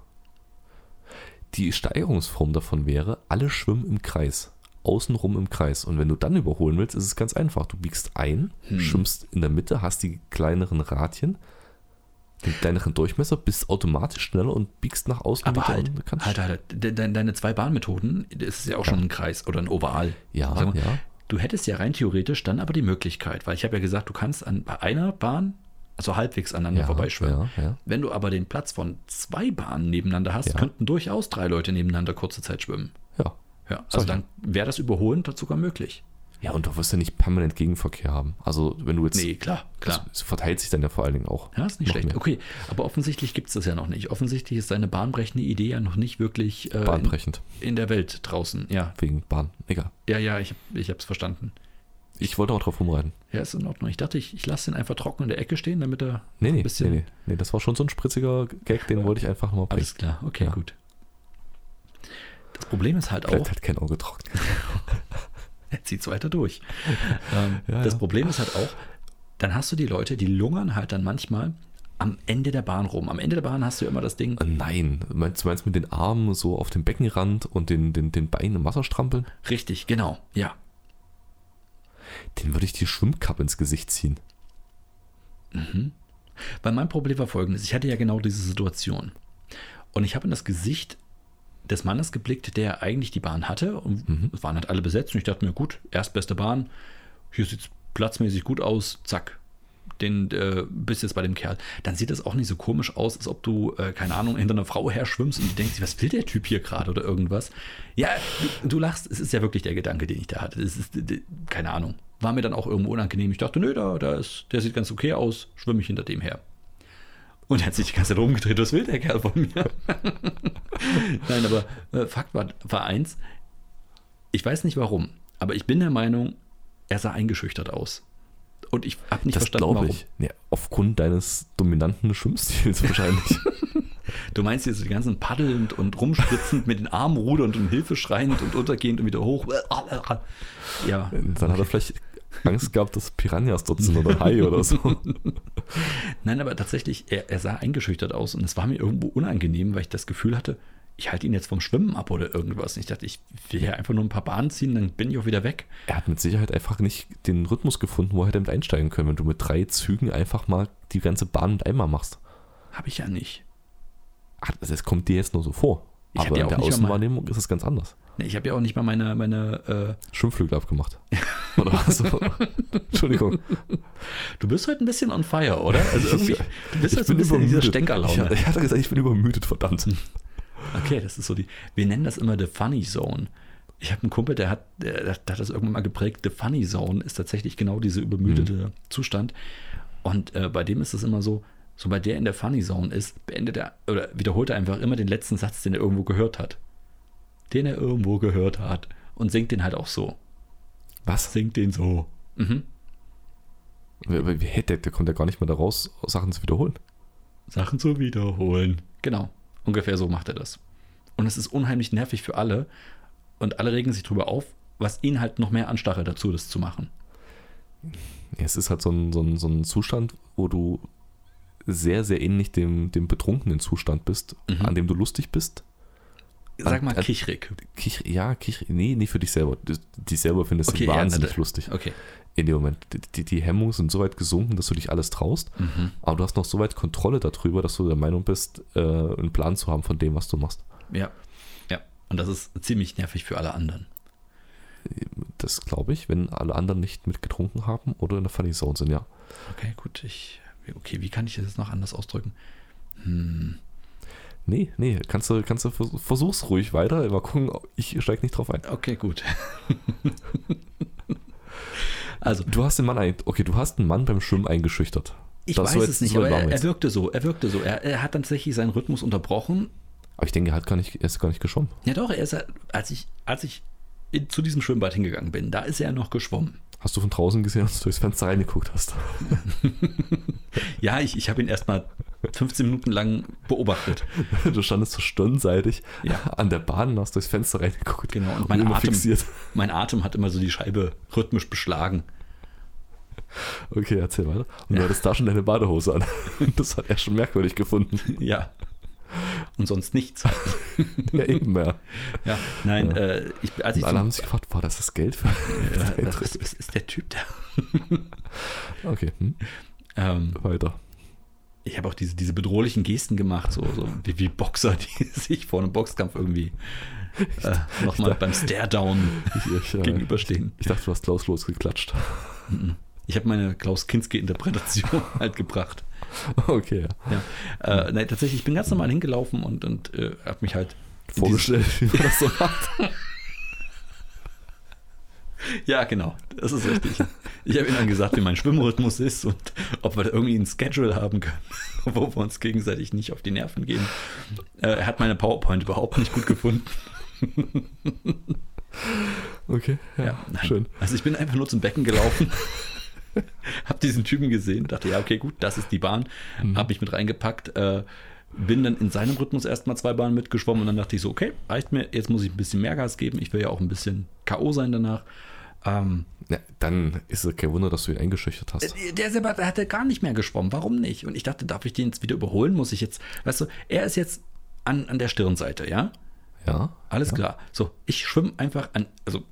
B: Die Steigerungsform davon wäre, alle schwimmen im Kreis, außenrum im Kreis. Und wenn du dann überholen willst, ist es ganz einfach. Du biegst ein,
A: Hm.
B: schwimmst in der Mitte, hast die kleineren Radien, den kleineren Durchmesser, bist automatisch schneller und biegst nach außen
A: Aber
B: wieder
A: halt,
B: und kannst
A: halt, halt, de- de- deine zwei Bahnmethoden, das ist ja auch schon ein Kreis oder ein Oval.
B: Ja,
A: Sag mal,
B: ja.
A: Du hättest ja rein theoretisch dann aber die Möglichkeit, weil ich habe ja gesagt, du kannst an, bei einer Bahn, also halbwegs aneinander
B: Ja,
A: vorbeischwimmen.
B: ja, ja.
A: Wenn du aber den Platz von zwei Bahnen nebeneinander hast,
B: Ja.
A: könnten durchaus drei Leute nebeneinander kurze Zeit schwimmen.
B: Ja.
A: Ja,
B: Sag
A: also
B: ich
A: dann wäre das Überholen dort sogar möglich.
B: ja, und du wirst ja nicht permanent Gegenverkehr haben. Also, wenn du jetzt.
A: Nee, klar, klar.
B: Es verteilt sich dann ja vor allen Dingen auch.
A: Ja, ist nicht
B: noch
A: schlecht.
B: mehr.
A: Okay, aber offensichtlich gibt es das ja noch nicht. Offensichtlich ist deine bahnbrechende Idee ja noch nicht wirklich äh, in,
B: Bahnbrechend,
A: in der Welt draußen. Ja,
B: wegen Bahn. Egal.
A: ja, ja, ich, ich habe es verstanden.
B: Ich wollte auch drauf rumreiten.
A: Ja, ist in Ordnung. Ich dachte, ich, ich lasse den einfach trocken in der Ecke stehen, damit er
B: Nee, nee,
A: ein bisschen.
B: nee, nee, nee, das war schon so ein spritziger Gag, den wollte ich einfach mal bringen.
A: Alles klar, okay,
B: Ja.
A: gut. Das Problem ist halt
B: Bleibt
A: auch,
B: halt kein Auge trocken.
A: er zieht es weiter durch. ähm,
B: Ja,
A: das
B: ja.
A: Problem ist halt auch, dann hast du die Leute, die lungern halt dann manchmal am Ende der Bahn rum. Am Ende der Bahn hast du immer das Ding,
B: Äh, Nein, meinst du meinst mit den Armen so auf dem Beckenrand und den, den, den Beinen im Wasser strampeln?
A: richtig, genau, ja.
B: Den würde ich die Schwimmkappe ins Gesicht ziehen.
A: Weil mein Problem war folgendes: Ich hatte ja genau diese Situation. Und ich habe in das Gesicht des Mannes geblickt, der eigentlich die Bahn hatte. Und es waren halt alle besetzt. Und ich dachte mir, gut, erstbeste Bahn. Hier sieht es platzmäßig gut aus. Zack. Den äh, bist jetzt bei dem Kerl. Dann sieht das auch nicht so komisch aus, als ob du, äh, keine Ahnung, hinter einer Frau her schwimmst und die denkt sich, was will der Typ hier gerade oder irgendwas. Ja, du, du lachst. Es ist ja wirklich der Gedanke, den ich da hatte. Es ist, äh, keine Ahnung. War mir dann auch irgendwo unangenehm. Ich dachte, nö, da, da ist, der sieht ganz okay aus. Schwimme ich hinter dem her. Und er hat sich die ganze Zeit rumgedreht, was will der Kerl von mir? Nein, aber äh, Fakt war, war eins, ich weiß nicht warum, aber ich bin der Meinung, er sah eingeschüchtert aus. Und ich habe nicht
B: Das
A: verstanden,
B: glaube
A: warum.
B: ich. Ja, aufgrund deines dominanten Schwimmstils wahrscheinlich.
A: Du meinst jetzt die ganzen paddelnd und rumspritzend mit den Armen rudernd und Hilfe schreiend und untergehend und wieder hoch. Ja,
B: Dann hat er vielleicht Angst gehabt, dass Piranhas dort sind oder Hai oder so.
A: Nein, aber tatsächlich, er, er sah eingeschüchtert aus und es war mir irgendwo unangenehm, weil ich das Gefühl hatte, ich halte ihn jetzt vom Schwimmen ab oder irgendwas. Und ich dachte, ich will ja einfach nur ein paar Bahnen ziehen, dann bin ich auch wieder weg.
B: Er hat mit Sicherheit einfach nicht den Rhythmus gefunden, wo er hätte mit einsteigen können, wenn du mit drei Zügen einfach mal die ganze Bahn mit einmal machst.
A: Habe ich ja nicht.
B: Ach, das- das kommt dir jetzt nur so vor.
A: Ich hab
B: Aber
A: ja
B: in
A: auch
B: der
A: nicht mal-
B: Außenwahrnehmung ist es ganz anders.
A: Nee, Ich habe ja auch nicht mal meine, meine äh,
B: Schwimmflügel abgemacht. Oder was? Entschuldigung.
A: äh, Du bist heute ein bisschen on fire, oder? Also irgendwie, du bist heute so ein bisschen in dieser
B: übermüdet.
A: Stänkerlaune.
B: Ich, ich hatte gesagt, ich bin übermüdet, verdammt.
A: Okay, das ist so die. Wir nennen das immer The Funny Zone. Ich habe einen Kumpel, der hat, der, der hat das irgendwann mal geprägt. The Funny Zone ist tatsächlich genau dieser übermüdete Zustand. Und äh, bei dem ist es immer so, sobald der in der Funny Zone ist, beendet er oder wiederholt er einfach immer den letzten Satz, den er irgendwo gehört hat. Den er irgendwo gehört hat. Und singt den halt auch so.
B: Was?
A: Singt den so. Mhm.
B: Wer- wer- wer- Der, der kommt ja gar nicht mehr da raus, Sachen zu wiederholen.
A: Sachen zu wiederholen. Genau. Ungefähr so macht er das. und es ist unheimlich nervig für alle. Und alle regen sich drüber auf, was ihn halt noch mehr anstachelt dazu, das zu machen.
B: Ja, es ist halt so ein, so, ein, so ein Zustand, wo du sehr, sehr ähnlich dem, dem betrunkenen Zustand bist,
A: Mhm.
B: an dem du lustig bist.
A: Sag mal
B: An- an-
A: kichrig.
B: Kich, ja, Kich, nee, nee, für dich selber. Du- Dich selber findest
A: Okay,
B: du
A: ja,
B: wahnsinnig
A: na,
B: lustig
A: Okay.
B: in dem Moment. Die- Die, die Hemmungen sind so weit gesunken, dass du dich alles traust,
A: Mhm.
B: aber du hast noch so weit Kontrolle darüber, dass du der Meinung bist, äh, einen Plan zu haben von dem, was du machst.
A: Ja. Ja. Und das ist ziemlich nervig für alle anderen.
B: Das glaube ich, wenn alle anderen nicht mitgetrunken haben oder in der Funny Zone sind, ja.
A: Okay, gut. Ich, okay, wie kann ich das jetzt noch anders ausdrücken? Hm.
B: Nee, nee, kannst du, kannst du vers- versuch's ruhig weiter. Mal gucken, ich steige nicht drauf ein.
A: Okay, gut. also,
B: Du hast den Mann ein, okay, du hast einen Mann beim Schwimmen eingeschüchtert.
A: ich
B: Das
A: weiß
B: so
A: es
B: jetzt-
A: nicht,
B: so
A: aber
B: machen
A: er,
B: wir
A: er
B: jetzt.
A: wirkte so. Er wirkte so. Er, er hat dann tatsächlich seinen Rhythmus unterbrochen.
B: Aber ich denke, er hat gar nicht, er ist gar nicht geschwommen.
A: Ja, doch, er ist, halt- als ich, als ich in, zu diesem Schwimmbad hingegangen bin, da ist er noch geschwommen.
B: Hast du von draußen gesehen, als du durchs Fenster reingeguckt hast?
A: Ja, ich, ich habe ihn erstmal 15 Minuten lang beobachtet.
B: Du standest so stirnseitig
A: Ja.
B: an der Bahn und hast durchs Fenster reingeguckt.
A: Genau, und mein
B: immer
A: Atem-
B: fixiert.
A: Mein Atem hat immer so die Scheibe rhythmisch beschlagen.
B: Okay, erzähl weiter. Und du hattest da schon deine Badehose an. Das hat er schon merkwürdig gefunden.
A: Ja. Und sonst nichts.
B: Ja, eben, ja.
A: Ja, nein, Äh, ich, als ich
B: Und alle
A: zum,
B: haben sich gefragt, war das das Geld für
A: äh,
B: den
A: was, was ist der Typ da?
B: Okay, hm,
A: Ähm,
B: weiter.
A: ich habe auch diese, diese bedrohlichen Gesten gemacht, so, so wie, wie Boxer, die sich vor einem Boxkampf irgendwie äh, nochmal beim Stare-Down
B: Ich, ich, äh,
A: gegenüberstehen.
B: ich dachte, du hast Klaus losgeklatscht.
A: Ich habe meine Klaus-Kinski-Interpretation halt gebracht.
B: Okay, ja.
A: Ja. Äh, nein, tatsächlich, ich bin ganz normal hingelaufen und, und äh, habe mich halt in dieses-
B: Vorgestellt, wie man das so macht.
A: Ja, genau. Das ist richtig. Ich habe ihnen dann gesagt, wie mein Schwimmrhythmus ist und ob wir da irgendwie ein Schedule haben können, wo wir uns gegenseitig nicht auf die Nerven gehen. Äh, Er hat meine PowerPoint überhaupt nicht gut gefunden.
B: Okay, ja,
A: nein.
B: schön.
A: Also ich bin einfach nur zum Becken gelaufen, habe diesen Typen gesehen, dachte, ja, okay, gut, das ist die Bahn,
B: Mhm.
A: habe mich mit reingepackt, äh, bin dann in seinem Rhythmus erstmal zwei Bahnen mitgeschwommen und dann dachte ich so, okay, reicht mir, jetzt muss ich ein bisschen mehr Gas geben, ich will ja auch ein bisschen K.O. sein danach. Ähm,
B: Ja, dann ist es kein Wunder, dass du ihn eingeschüchtert hast.
A: Äh, Der selber der hatte gar nicht mehr geschwommen. Warum nicht? Und ich dachte, darf ich den jetzt wieder überholen? Muss ich jetzt, weißt du, er ist jetzt an, an der Stirnseite, ja?
B: Ja,
A: Alles klar. So, ich schwimme einfach an, also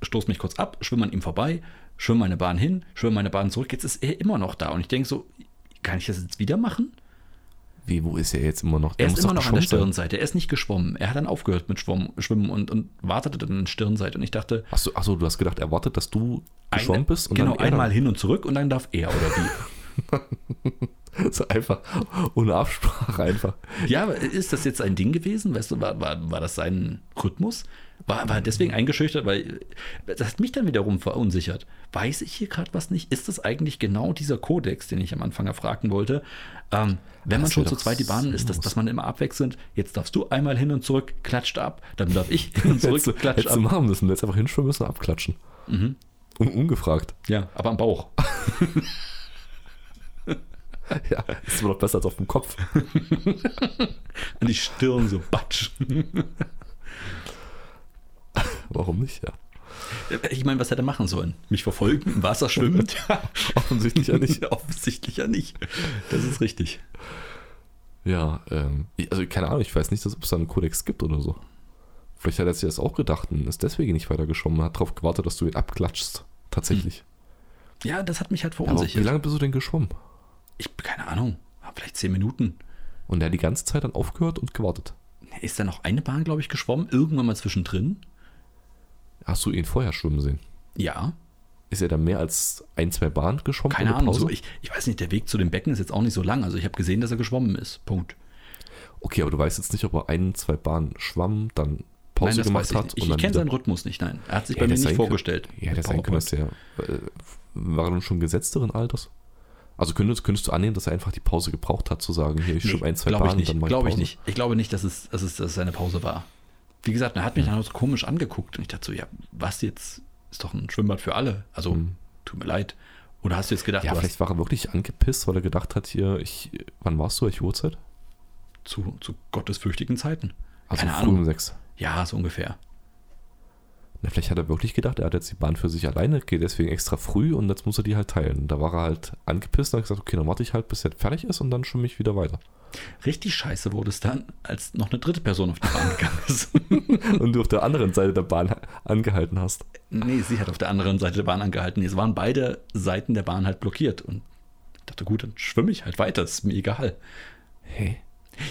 A: stoß mich kurz ab, schwimme an ihm vorbei, schwimme meine Bahn hin, schwimme meine Bahn zurück. Jetzt ist er immer noch da. Und ich denke so, kann ich das jetzt wieder machen?
B: Wie, wo ist er jetzt immer noch?
A: Er ist immer noch an der
B: geschwommen sein.
A: Stirnseite. Er ist nicht geschwommen. Er hat dann aufgehört mit Schwommen, Schwimmen und, und wartete dann an der Stirnseite. Und ich dachte,
B: Achso, achso, du hast gedacht, er wartet, dass du
A: ein-
B: geschwommen bist. Und
A: genau,
B: dann er
A: einmal hin und zurück und dann darf er oder die.
B: Dann, so einfach, ohne Absprache einfach.
A: Ja, aber ist das jetzt ein Ding gewesen? Weißt du, war, war, war das sein Rhythmus? War, war er deswegen eingeschüchtert, weil das hat mich dann wiederum verunsichert. Weiß ich hier gerade was nicht? Ist das eigentlich genau dieser Kodex, den ich am Anfang erfragen wollte? Ähm, wenn man
B: Das
A: schon
B: wär
A: zu
B: doch
A: zweit die Bahnen ist, dass,
B: sinnlos.
A: dass man immer abwechselnd, jetzt darfst du einmal hin und zurück, klatscht ab, dann darf ich hin und zurück,
B: Hättest du-
A: klatscht
B: hättest du
A: ab.
B: machen müssen. Du hättest einfach hinschwimmen müssen und abklatschen. Mhm. Un ungefragt.
A: Ja, aber am Bauch.
B: Ja, ist immer noch besser als auf dem Kopf.
A: An die Stirn so batsch.
B: Warum nicht? Ja.
A: Ich meine, was hätte er machen sollen? Mich verfolgen, im Wasser schwimmend?
B: Offensichtlich ja nicht.
A: Offensichtlich ja nicht. Das ist richtig.
B: Ja, ähm, ich- also keine Ahnung, ich weiß nicht, dass- ob es da einen Kodex gibt oder so. Vielleicht hat er sich das auch gedacht und ist deswegen nicht weitergeschwommen und hat darauf gewartet, dass du ihn abklatschst. Tatsächlich.
A: Ja, das hat mich halt
B: Aber wie
A: verunsichert.
B: lange bist du denn geschwommen?
A: ich keine Ahnung, vielleicht zehn Minuten.
B: Und er hat die ganze Zeit dann aufgehört und gewartet.
A: Ist da noch eine Bahn, glaube ich, geschwommen? Irgendwann mal zwischendrin?
B: Hast du ihn vorher schwimmen sehen?
A: Ja,
B: Ist er dann mehr als ein, zwei Bahnen geschwommen?
A: keine
B: ohne
A: Ahnung.
B: Pause?
A: So, ich, ich weiß nicht, der Weg zu dem Becken ist jetzt auch nicht so lang. Also ich habe gesehen, dass er geschwommen ist. Punkt.
B: okay, aber du weißt jetzt nicht, ob er ein, zwei Bahnen schwamm, dann Pause
A: das
B: gemacht
A: weiß
B: hat
A: ich nicht.
B: und
A: Ich,
B: dann
A: ich kenne
B: wieder-
A: seinen Rhythmus nicht, nein. Er hat sich
B: Ja,
A: bei mir
B: das
A: nicht
B: sein-
A: vorgestellt.
B: Ja,
A: mit
B: das sein können,
A: PowerPoint.
B: dass der äh, war er dann schon gesetzteren Alters. Also könntest, könntest du annehmen, dass er einfach die Pause gebraucht hat, zu sagen, hier, ich
A: Nee,
B: schwimme ein, zwei
A: glaube ich
B: Bahnen, dann
A: nicht.
B: mache
A: Glaube ich
B: Pause.
A: nicht. Ich glaube nicht, dass es, dass es dass es seine Pause war. Wie gesagt, er hat mich dann auch so komisch angeguckt und ich dachte so, ja, was jetzt? Ist doch ein Schwimmbad für alle. Also, tut mir leid. Oder hast du jetzt gedacht,
B: Mhm. Ja,
A: du hast
B: vielleicht war er wirklich angepisst, weil er gedacht hat, hier, ich, wann warst du, welche Uhrzeit?
A: zu, zu gottesfürchtigen Zeiten?
B: Also
A: Keine
B: früh
A: Ahnung.
B: um sechs.
A: Ja, so ungefähr.
B: Na, vielleicht hat er wirklich gedacht, er hat jetzt die Bahn für sich alleine, geht deswegen extra früh und jetzt muss er die halt teilen. Da war er halt angepisst und hat gesagt, okay, dann warte ich halt, bis der fertig ist und dann schwimme ich wieder weiter.
A: Richtig scheiße wurde es dann, als noch eine dritte Person auf die Bahn gegangen ist.
B: und du auf der anderen Seite der Bahn angehalten hast.
A: nee, sie hat auf der anderen Seite der Bahn angehalten. Es waren beide Seiten der Bahn halt blockiert. Und ich dachte, gut, dann schwimme ich halt weiter, ist mir egal.
B: Hey.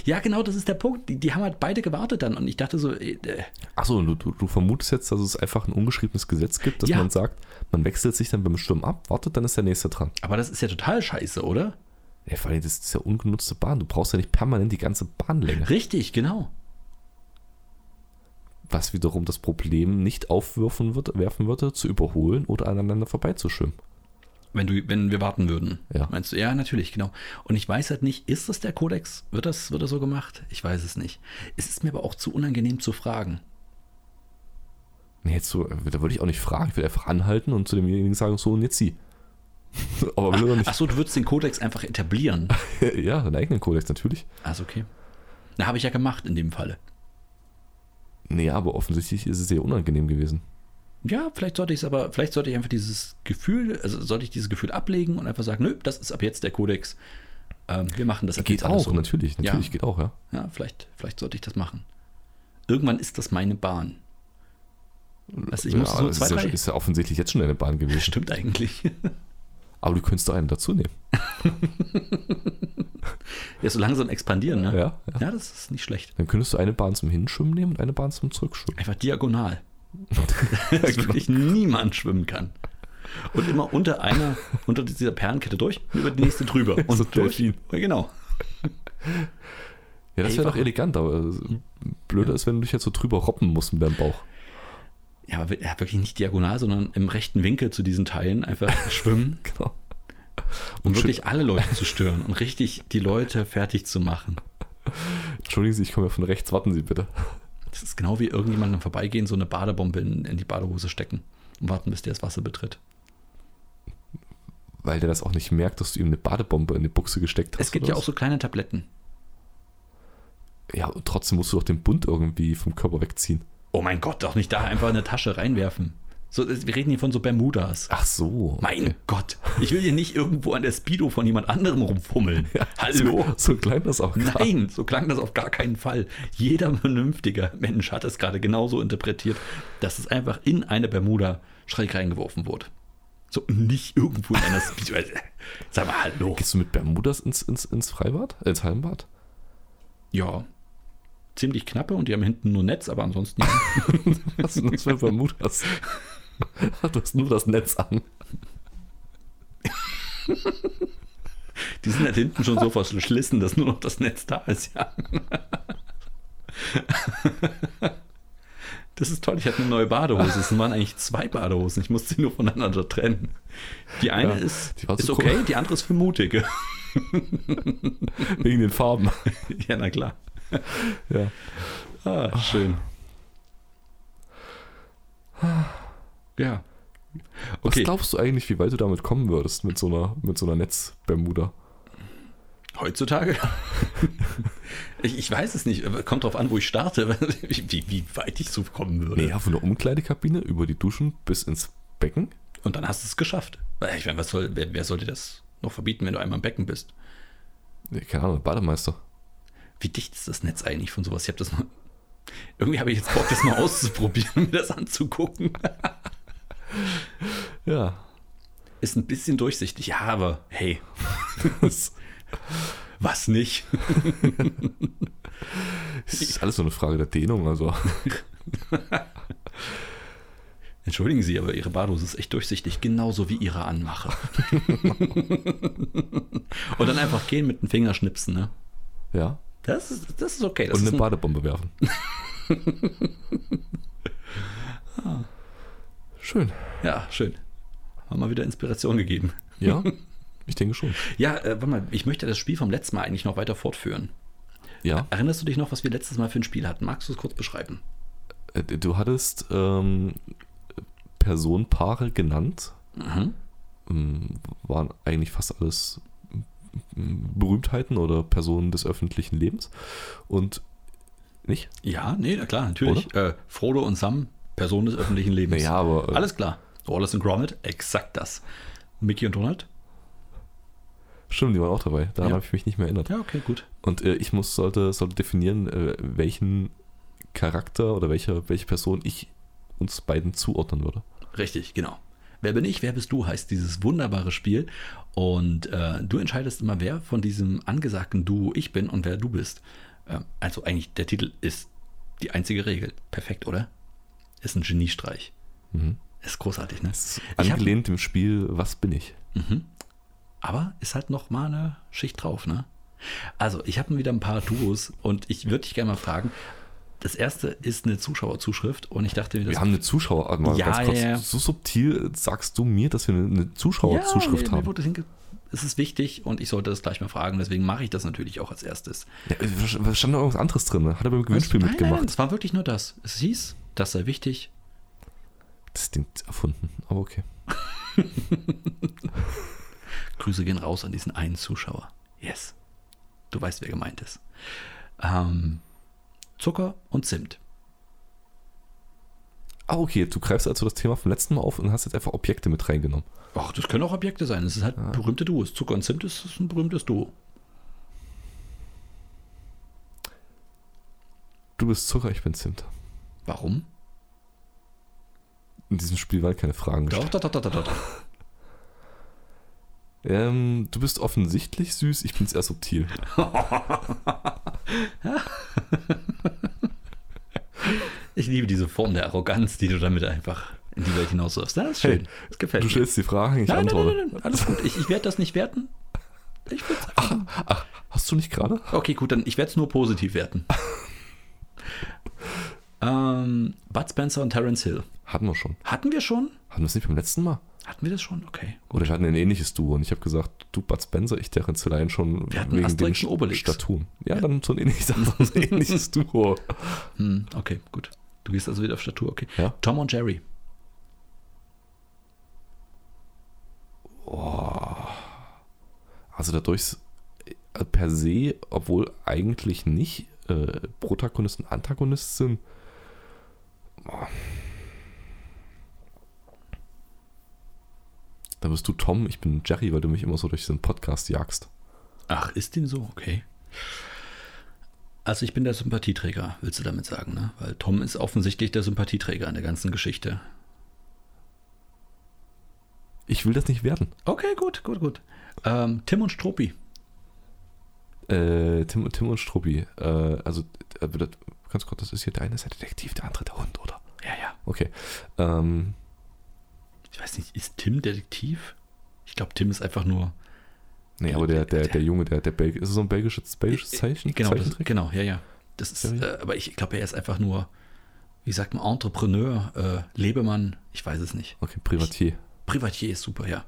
A: Ja, genau, das ist der Punkt. Die, die haben halt beide gewartet dann. Und ich dachte so, äh, äh,
B: Achso, du, du, du vermutest jetzt, dass es einfach ein ungeschriebenes Gesetz gibt, dass
A: Ja.
B: man sagt, man wechselt sich dann beim Sturm ab, wartet, dann ist der nächste dran.
A: aber das ist ja total scheiße, oder?
B: Ja, vor allem, das ist ja ungenutzte Bahn. Du brauchst ja nicht permanent die ganze Bahnlänge.
A: Richtig, genau.
B: Was wiederum das Problem nicht aufwerfen wird, werfen würde, zu überholen oder aneinander vorbeizuschwimmen.
A: Wenn, du, wenn wir warten würden.
B: Ja.
A: Meinst du? Ja, natürlich, genau. Und ich weiß halt nicht, ist das der Kodex? Wird das, wird das so gemacht? Ich weiß es nicht. Es ist mir aber auch zu unangenehm zu fragen.
B: Nee, jetzt so, da würde ich auch nicht fragen. Ich würde einfach anhalten und zu demjenigen sagen, so und jetzt sie. Aber will er
A: Achso, du würdest den Kodex einfach etablieren.
B: nicht. ja, deinen eigenen Kodex natürlich.
A: Also okay. Na, habe ich ja gemacht in dem Falle.
B: Nee, aber offensichtlich ist es sehr unangenehm gewesen.
A: Ja, vielleicht sollte ich es aber, vielleicht sollte ich einfach dieses Gefühl, also sollte ich dieses Gefühl ablegen und einfach sagen, nö, das ist ab jetzt der Kodex. Ähm, wir machen das ab
B: Geht
A: jetzt alles
B: auch, natürlich. Natürlich
A: Ja.
B: geht auch, ja.
A: Ja, vielleicht, vielleicht sollte ich das machen. Irgendwann ist das meine Bahn. Also ich
B: ja,
A: muss so
B: das
A: zwei,
B: ist, ja,
A: drei.
B: ist ja offensichtlich jetzt schon eine Bahn gewesen.
A: Stimmt eigentlich.
B: Aber du könntest doch einen dazu nehmen.
A: Ja, so langsam expandieren, ne?
B: Ja, ja.
A: Ja, das ist nicht schlecht.
B: Dann könntest du eine Bahn zum Hinschwimmen nehmen und eine Bahn zum Zurückschwimmen.
A: Einfach diagonal. Dass wirklich
B: genau.
A: niemand schwimmen kann. Und immer unter einer, unter dieser Perlenkette durch, über die nächste drüber. Und
B: So ein
A: durch.
B: Delfin.
A: Ja, genau.
B: Ja, das
A: Ey,
B: wäre doch
A: warum-
B: elegant, aber äh, blöder ist, wenn du dich jetzt so drüber robben musst mit deinem Bauch.
A: Ja, aber wir- ja, wirklich nicht diagonal, sondern im rechten Winkel zu diesen Teilen einfach schwimmen,
B: Genau.
A: um
B: Und schön-
A: wirklich alle Leute zu stören und richtig die Leute fertig zu machen.
B: Entschuldigen Sie, ich komme ja von rechts, warten Sie bitte.
A: Das ist genau wie irgendjemandem vorbeigehen, so eine Badebombe in, in die Badehose stecken und warten, bis der das Wasser betritt.
B: Weil der das auch nicht merkt, dass du ihm eine Badebombe in die Buchse gesteckt hast.
A: es gibt
B: oder
A: ja auch
B: was?
A: so kleine Tabletten.
B: Ja, und trotzdem musst du doch den Bund irgendwie vom Körper wegziehen.
A: Oh mein Gott, doch nicht da einfach eine Tasche reinwerfen. So, das- wir reden hier von so Bermudas.
B: Ach so.
A: Mein Gott, ich will hier nicht irgendwo an der Speedo von jemand anderem rumfummeln. Hallo.
B: So, so klein das auch gerade.
A: Nein, so klang das auf gar keinen Fall. Jeder vernünftiger Mensch hat es gerade genauso interpretiert, dass es einfach in eine Bermuda schräg reingeworfen wurde. So nicht irgendwo in einer Speedo. Sag mal, hallo.
B: Gehst du mit Bermudas ins, ins, ins Freibad? Äh, Ins Hallenbad?
A: Ja. Ziemlich knappe und die haben hinten nur Netz, aber ansonsten.
B: Was sind das für Bermudas? du hast nur das Netz an.
A: Die sind halt hinten schon so verschlissen, dass nur noch das Netz da ist, ja. Das ist toll, ich hatte eine neue Badehose. Es waren eigentlich zwei Badehosen. Ich musste sie nur voneinander trennen. Die eine
B: Ja,
A: ist,
B: die war zu
A: ist okay,
B: groß.
A: die andere ist für Mutige.
B: Wegen den Farben.
A: Ja, na klar.
B: Ja.
A: Ah, schön. Ja.
B: Was
A: Okay,
B: glaubst du eigentlich, wie weit du damit kommen würdest mit so einer, mit so einer Netz-Bermuda?
A: heutzutage? Ich, ich weiß es nicht. aber Kommt drauf an, wo ich starte, wie, wie- wie weit ich so kommen würde.
B: Nee, ja, von der Umkleidekabine über die Duschen bis ins Becken?
A: Und dann hast du es geschafft. Weil Ich meine, was soll, wer, wer soll dir das noch verbieten, wenn du einmal im Becken bist?
B: Nee, keine Ahnung, Bademeister.
A: Wie dicht ist das Netz eigentlich von sowas? Ich habe das mal. Irgendwie habe ich jetzt Bock, das mal auszuprobieren, mir das anzugucken.
B: Ja.
A: Ist ein bisschen durchsichtig, ja, aber hey,
B: Das
A: was nicht?
B: ist alles nur eine Frage der Dehnung, also.
A: Entschuldigen Sie, aber Ihre Badehose ist echt durchsichtig, genauso wie Ihre Anmache. Und dann einfach gehen mit dem Fingerschnipsen, ne?
B: Ja.
A: Das ist, das ist okay. Das
B: Und
A: ist
B: eine
A: ein-
B: Badebombe werfen. Ah. Schön.
A: ja, schön. Haben wir wieder Inspiration gegeben.
B: Ja, ich denke schon.
A: Ja, äh, warte mal, ich möchte das Spiel vom letzten Mal eigentlich noch weiter fortführen.
B: Ja,
A: Erinnerst du dich noch, was wir letztes Mal für ein Spiel hatten? Magst du es kurz beschreiben?
B: äh, du hattest ähm, Personenpaare genannt,
A: Mhm.
B: ähm, waren eigentlich fast alles ähm, Berühmtheiten oder Personen des öffentlichen Lebens. Und Nicht?
A: Ja, nee, na klar, natürlich. Äh, Frodo und Sam, Person des öffentlichen Lebens.
B: Naja, aber. Äh,
A: Alles klar. Wallace und Gromit, exakt das. Mickey und Donald?
B: Stimmt, die waren auch dabei. Daran
A: Ja.
B: habe ich mich nicht mehr erinnert.
A: Ja, okay, gut.
B: Und äh, ich muss, sollte, sollte definieren, äh, welchen Charakter oder welche, welche Person ich uns beiden zuordnen würde.
A: Richtig, genau. Wer bin ich, wer bist du, heißt dieses wunderbare Spiel. Und äh, du entscheidest immer, wer von diesem angesagten Duo ich bin und wer du bist. Äh, also eigentlich, der Titel ist die einzige Regel. Perfekt, oder? Ist ein Geniestreich.
B: Mhm.
A: Ist großartig, ne?
B: Es ist
A: Ich hab-
B: angelehnt dem Spiel Was bin ich?
A: Mhm. Aber ist halt noch mal eine Schicht drauf, ne? Also, ich habe wieder ein paar Duos und ich würde dich gerne mal fragen. Das erste ist eine Zuschauerzuschrift und ich dachte mir, das
B: Wir haben eine Zuschauer, warte mal
A: Ja,
B: ganz kurz,
A: ja, ja.
B: so subtil sagst du mir, dass wir eine, eine Zuschauerzuschrift
A: mir- mir
B: haben.
A: wurde hinge- Es ist wichtig und ich sollte das gleich mal fragen, deswegen mache ich das natürlich auch als erstes.
B: Ja, was stand da irgendwas anderes drin? ne? Hat er beim Gewinnspiel
A: Also Nein, nein,
B: mitgemacht?
A: Nein, es war wirklich nur das. Es hieß, das sei wichtig.
B: Das klingt erfunden, aber okay.
A: Grüße gehen raus an diesen einen Zuschauer. Yes. Du weißt, wer gemeint ist. Ähm, Zucker und Zimt.
B: Ah, okay, du greifst also das Thema vom letzten Mal auf und hast jetzt einfach Objekte mit reingenommen.
A: Ach, das können auch Objekte sein. Es ist halt berühmte Duos. Zucker und Zimt ist, ist ein berühmtes Duo.
B: Du bist Zucker, ich bin Zimt.
A: Warum?
B: In diesem Spiel waren keine Fragen
A: Doch,
B: gestellt.
A: doch, doch, doch, doch, doch.
B: Ähm, du bist offensichtlich süß, ich bin eher subtil.
A: Ich liebe diese Form der Arroganz, die du damit einfach in die Welt hinauswirfst. Ja, das ist schön.
B: Hey,
A: das gefällt
B: Du
A: mir.
B: stellst die Fragen, ich
A: Nein, nein,
B: antworte.
A: nein, nein, nein, alles gut. Ich, ich werde das nicht werten. Ich werd's einfach nur-
B: Ach, hast du nicht gerade?
A: okay, gut, dann ich werde es nur positiv werten. ähm, Bud Spencer und Terence Hill.
B: Hatten wir schon.
A: Hatten wir schon?
B: Hatten wir es nicht beim letzten Mal?
A: Hatten wir das schon? Okay.
B: Oder wir hatten ein ähnliches Duo und ich habe gesagt, du Bud Spencer, ich Terence Hill schon
A: Wir hatten Asterix und Obelix.
B: Statuen. Ja, dann so ein ähnliches, so ein ähnliches Duo.
A: Hm, okay, gut. Du gehst also wieder auf Statur, okay.
B: Ja.
A: Tom und Jerry.
B: Also dadurch äh, per se, obwohl eigentlich nicht äh, Protagonist und Antagonist sind. Boah. Da bist du Tom, ich bin Jerry, weil du mich immer so durch diesen Podcast jagst.
A: Ach, ist dem so? Okay. Also ich bin der Sympathieträger, willst du damit sagen, ne? Weil Tom ist offensichtlich der Sympathieträger in der ganzen Geschichte.
B: Ich will das nicht werden.
A: Okay, gut, gut, gut. Ähm, Tim und Struppi.
B: Äh, Tim, Tim und Struppi. Äh, also, äh, das, ganz kurz, das ist hier der eine ist der Detektiv, der andere der Hund, oder?
A: Ja, ja.
B: Okay. Ähm,
A: Ich weiß nicht, ist Tim Detektiv? Ich glaube, Tim ist einfach nur.
B: nee, aber der, der, der Junge, der, der Belg ist es so ein belgisches, belgisches Zeichen?
A: Genau, das,
B: Zeichentrick?
A: genau, ja, ja. Das ist,
B: Sorry.
A: äh, aber ich glaube, er ist einfach nur, wie sagt man, Entrepreneur, äh, Lebemann, ich weiß es nicht.
B: Okay, Privatier.
A: Privatier ist super, ja.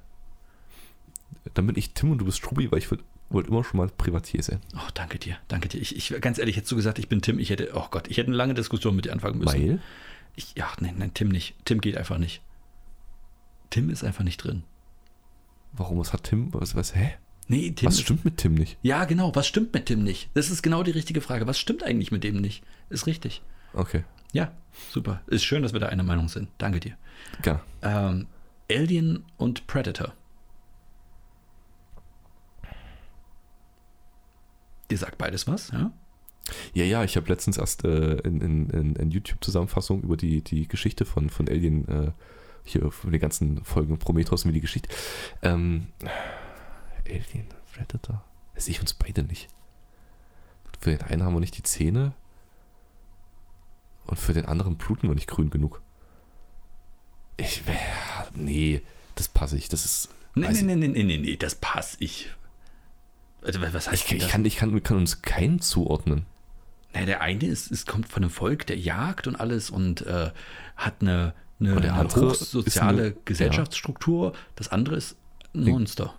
B: Dann bin ich Tim und du bist Struppi, weil ich wollte wollt immer schon mal Privatier sein.
A: Oh, danke dir, danke dir. Ich, ich, ganz ehrlich, hättest du gesagt, ich bin Tim, ich hätte, oh Gott, ich hätte eine lange Diskussion mit dir anfangen müssen.
B: Weil?
A: Ich, ja, nein, nein, Tim nicht. Tim geht einfach nicht. Tim ist einfach nicht drin.
B: Warum? Was hat Tim? Was, was, hä?
A: Nee, Tim
B: was
A: ist
B: stimmt mit Tim nicht?
A: Ja, genau. Was stimmt mit dem nicht? Das ist genau die richtige Frage. Was stimmt eigentlich mit dem nicht? Ist richtig.
B: Okay,
A: Ja, super. Ist schön, dass wir da einer Meinung sind. Danke dir.
B: gerne.
A: Ähm, Alien und Predator. Dir sagt beides was, ja?
B: Ja, ja, ich habe letztens erst äh, in, in, in, in YouTube-Zusammenfassung über die, die Geschichte von, von Alien, äh, hier von den ganzen Folgen Prometheus und wie die Geschichte. Ähm, Alien, Predator. Das sehe ich uns beide nicht. Für den einen haben wir nicht die Zähne und für den anderen bluten wir nicht grün genug. Ich, äh, nee, das passe ich. Das ist.
A: Nee,
B: weiß
A: nee, nee, nee, nee, nee, nee, das passt. Ich. Also, wa- was heißt
B: Ich, ich,
A: das?
B: kann, ich kann, kann uns keinen zuordnen.
A: Na, der eine ist, ist, kommt von einem Volk, der jagt und alles und äh, hat eine, eine,
B: Und der
A: eine
B: andere
A: hochsoziale
B: ist eine-
A: Gesellschaftsstruktur. Das andere ist ein Monster.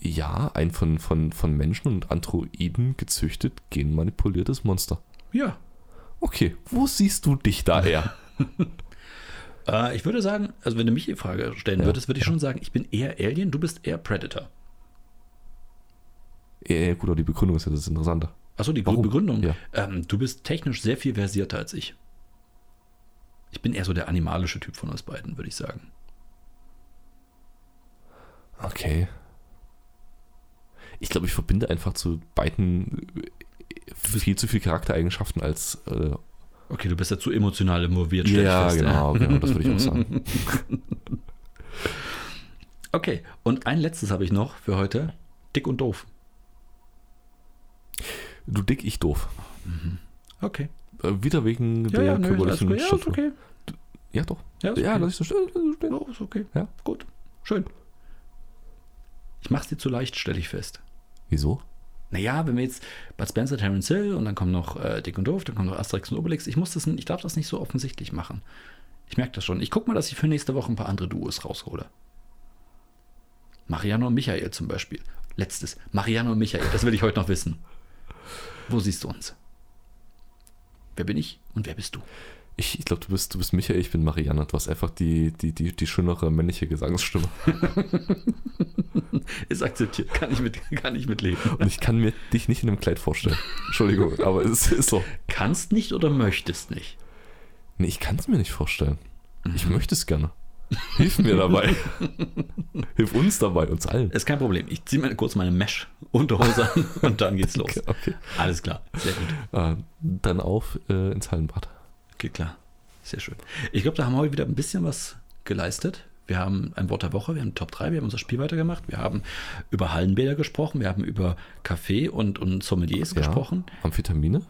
B: Ja, ein von, von, von Menschen und Androiden gezüchtet, genmanipuliertes Monster.
A: Ja.
B: Okay, wo siehst du dich da eher?
A: Äh, ich würde sagen, also wenn du mich die Frage stellen würdest, würde ich schon sagen, ich bin eher Alien, du bist eher Predator.
B: ja, ja, gut, aber die Begründung ist ja das Interessante.
A: Achso, die
B: Warum?
A: Begründung.
B: Ja.
A: Ähm, du bist technisch sehr viel versierter als ich. Ich bin eher so der animalische Typ von uns beiden, würde ich sagen.
B: Okay. Ich glaube, ich verbinde einfach zu beiden äh, viel zu viel Charaktereigenschaften als. Äh,
A: Okay, du bist ja zu emotional involviert. stell ich
B: ja,
A: fest, äh.
B: genau, genau, das würde ich auch sagen.
A: Okay, und ein letztes habe ich noch für heute. Dick und doof.
B: Du dick, ich doof.
A: Okay.
B: Äh, wieder wegen der
A: nö, alles
B: körperlichen
A: gut. ja, ist
B: Statur.
A: okay.
B: Ja, doch.
A: Ja, ist
B: Ja,
A: okay.
B: lass ich so stehen. lass ich so stehen.
A: Ja, ist okay.
B: Ja.
A: Gut. Schön. Ich mach's dir zu leicht, stelle ich fest.
B: Wieso?
A: Naja, wenn wir jetzt Bud Spencer, Terence Hill und dann kommen noch äh, Dick und Doof, dann kommen noch Asterix und Obelix. Ich muss das, n- ich darf das nicht so offensichtlich machen. Ich merke das schon. Ich guck mal, dass ich für nächste Woche ein paar andere Duos raushole. Mariano und Michael zum Beispiel. Letztes. Mariano und Michael. Das will ich heute noch wissen. Wo siehst du uns? Wer bin ich und wer bist du?
B: Ich, ich glaube, du bist, du bist Michael, ich bin Marianne. Du hast einfach die, die, die, die schönere männliche Gesangsstimme.
A: Ist akzeptiert. Kann ich mit, kann ich mitleben.
B: Und ich kann mir dich nicht in einem Kleid vorstellen. Entschuldigung, aber es ist so.
A: Kannst nicht oder möchtest nicht.
B: Nee, ich kann es mir nicht vorstellen. Ich möchte es gerne. Hilf mir dabei. Hilf uns dabei, uns allen.
A: Ist kein Problem. Ich ziehe kurz meine Mesh-Unterhose an und dann geht's los.
B: Okay.
A: Alles klar. Sehr gut.
B: Äh, dann auf äh, ins Hallenbad.
A: Okay, klar. Sehr schön. Ich glaube, da haben wir heute wieder ein bisschen was geleistet. Wir haben ein Wort der Woche, wir haben Top 3, wir haben unser Spiel weitergemacht, wir haben über Hallenbäder gesprochen, wir haben über Kaffee und, und Sommeliers
B: Ja.
A: gesprochen.
B: Amphetamine.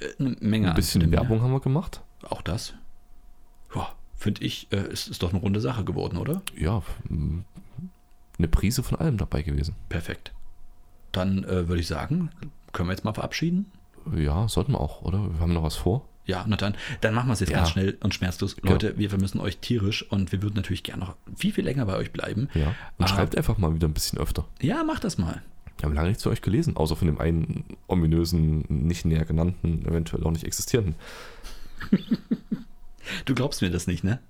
A: Äh, Eine Menge
B: Ein bisschen
A: an Themen.
B: Werbung haben wir gemacht.
A: Auch das. Ja, finde ich, äh, ist, ist doch eine runde Sache geworden, oder?
B: Ja, mh, eine Prise von allem dabei gewesen.
A: Perfekt. Dann äh, würde ich sagen, können wir jetzt mal verabschieden?
B: Ja, sollten wir auch, oder? Wir haben noch was vor.
A: Ja, na dann, dann machen wir es jetzt
B: Ja. Genau.
A: ganz schnell und schmerzlos. Leute, wir vermissen euch tierisch und wir würden natürlich gerne noch viel, viel länger bei euch bleiben.
B: Ja. Und
A: Ah.
B: schreibt einfach mal wieder ein bisschen öfter.
A: Ja, macht das mal.
B: Wir haben lange nichts von euch gelesen, außer von dem einen ominösen, nicht näher genannten, eventuell auch nicht existierenden.
A: Du glaubst mir das nicht, ne?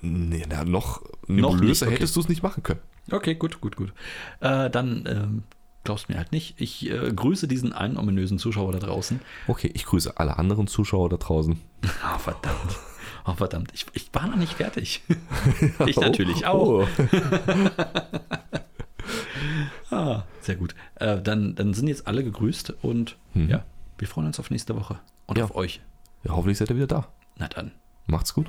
B: Nee, na, noch
A: Noch
B: nebulöser
A: nicht, okay.
B: hättest du es nicht machen können.
A: Okay, gut, gut, gut. Äh, dann ähm, glaubst mir halt nicht. Ich äh, grüße diesen einen ominösen Zuschauer da draußen.
B: Okay, ich grüße alle anderen Zuschauer da draußen.
A: Oh, verdammt. Oh, verdammt. Ich, ich war noch nicht fertig. Ich natürlich auch.
B: Oh.
A: Ah, sehr gut. Äh, dann, dann sind jetzt alle gegrüßt und
B: Mhm.
A: ja, wir freuen uns auf nächste Woche und
B: Ja.
A: auf euch.
B: Ja, hoffentlich seid ihr wieder da.
A: Na dann.
B: Macht's gut.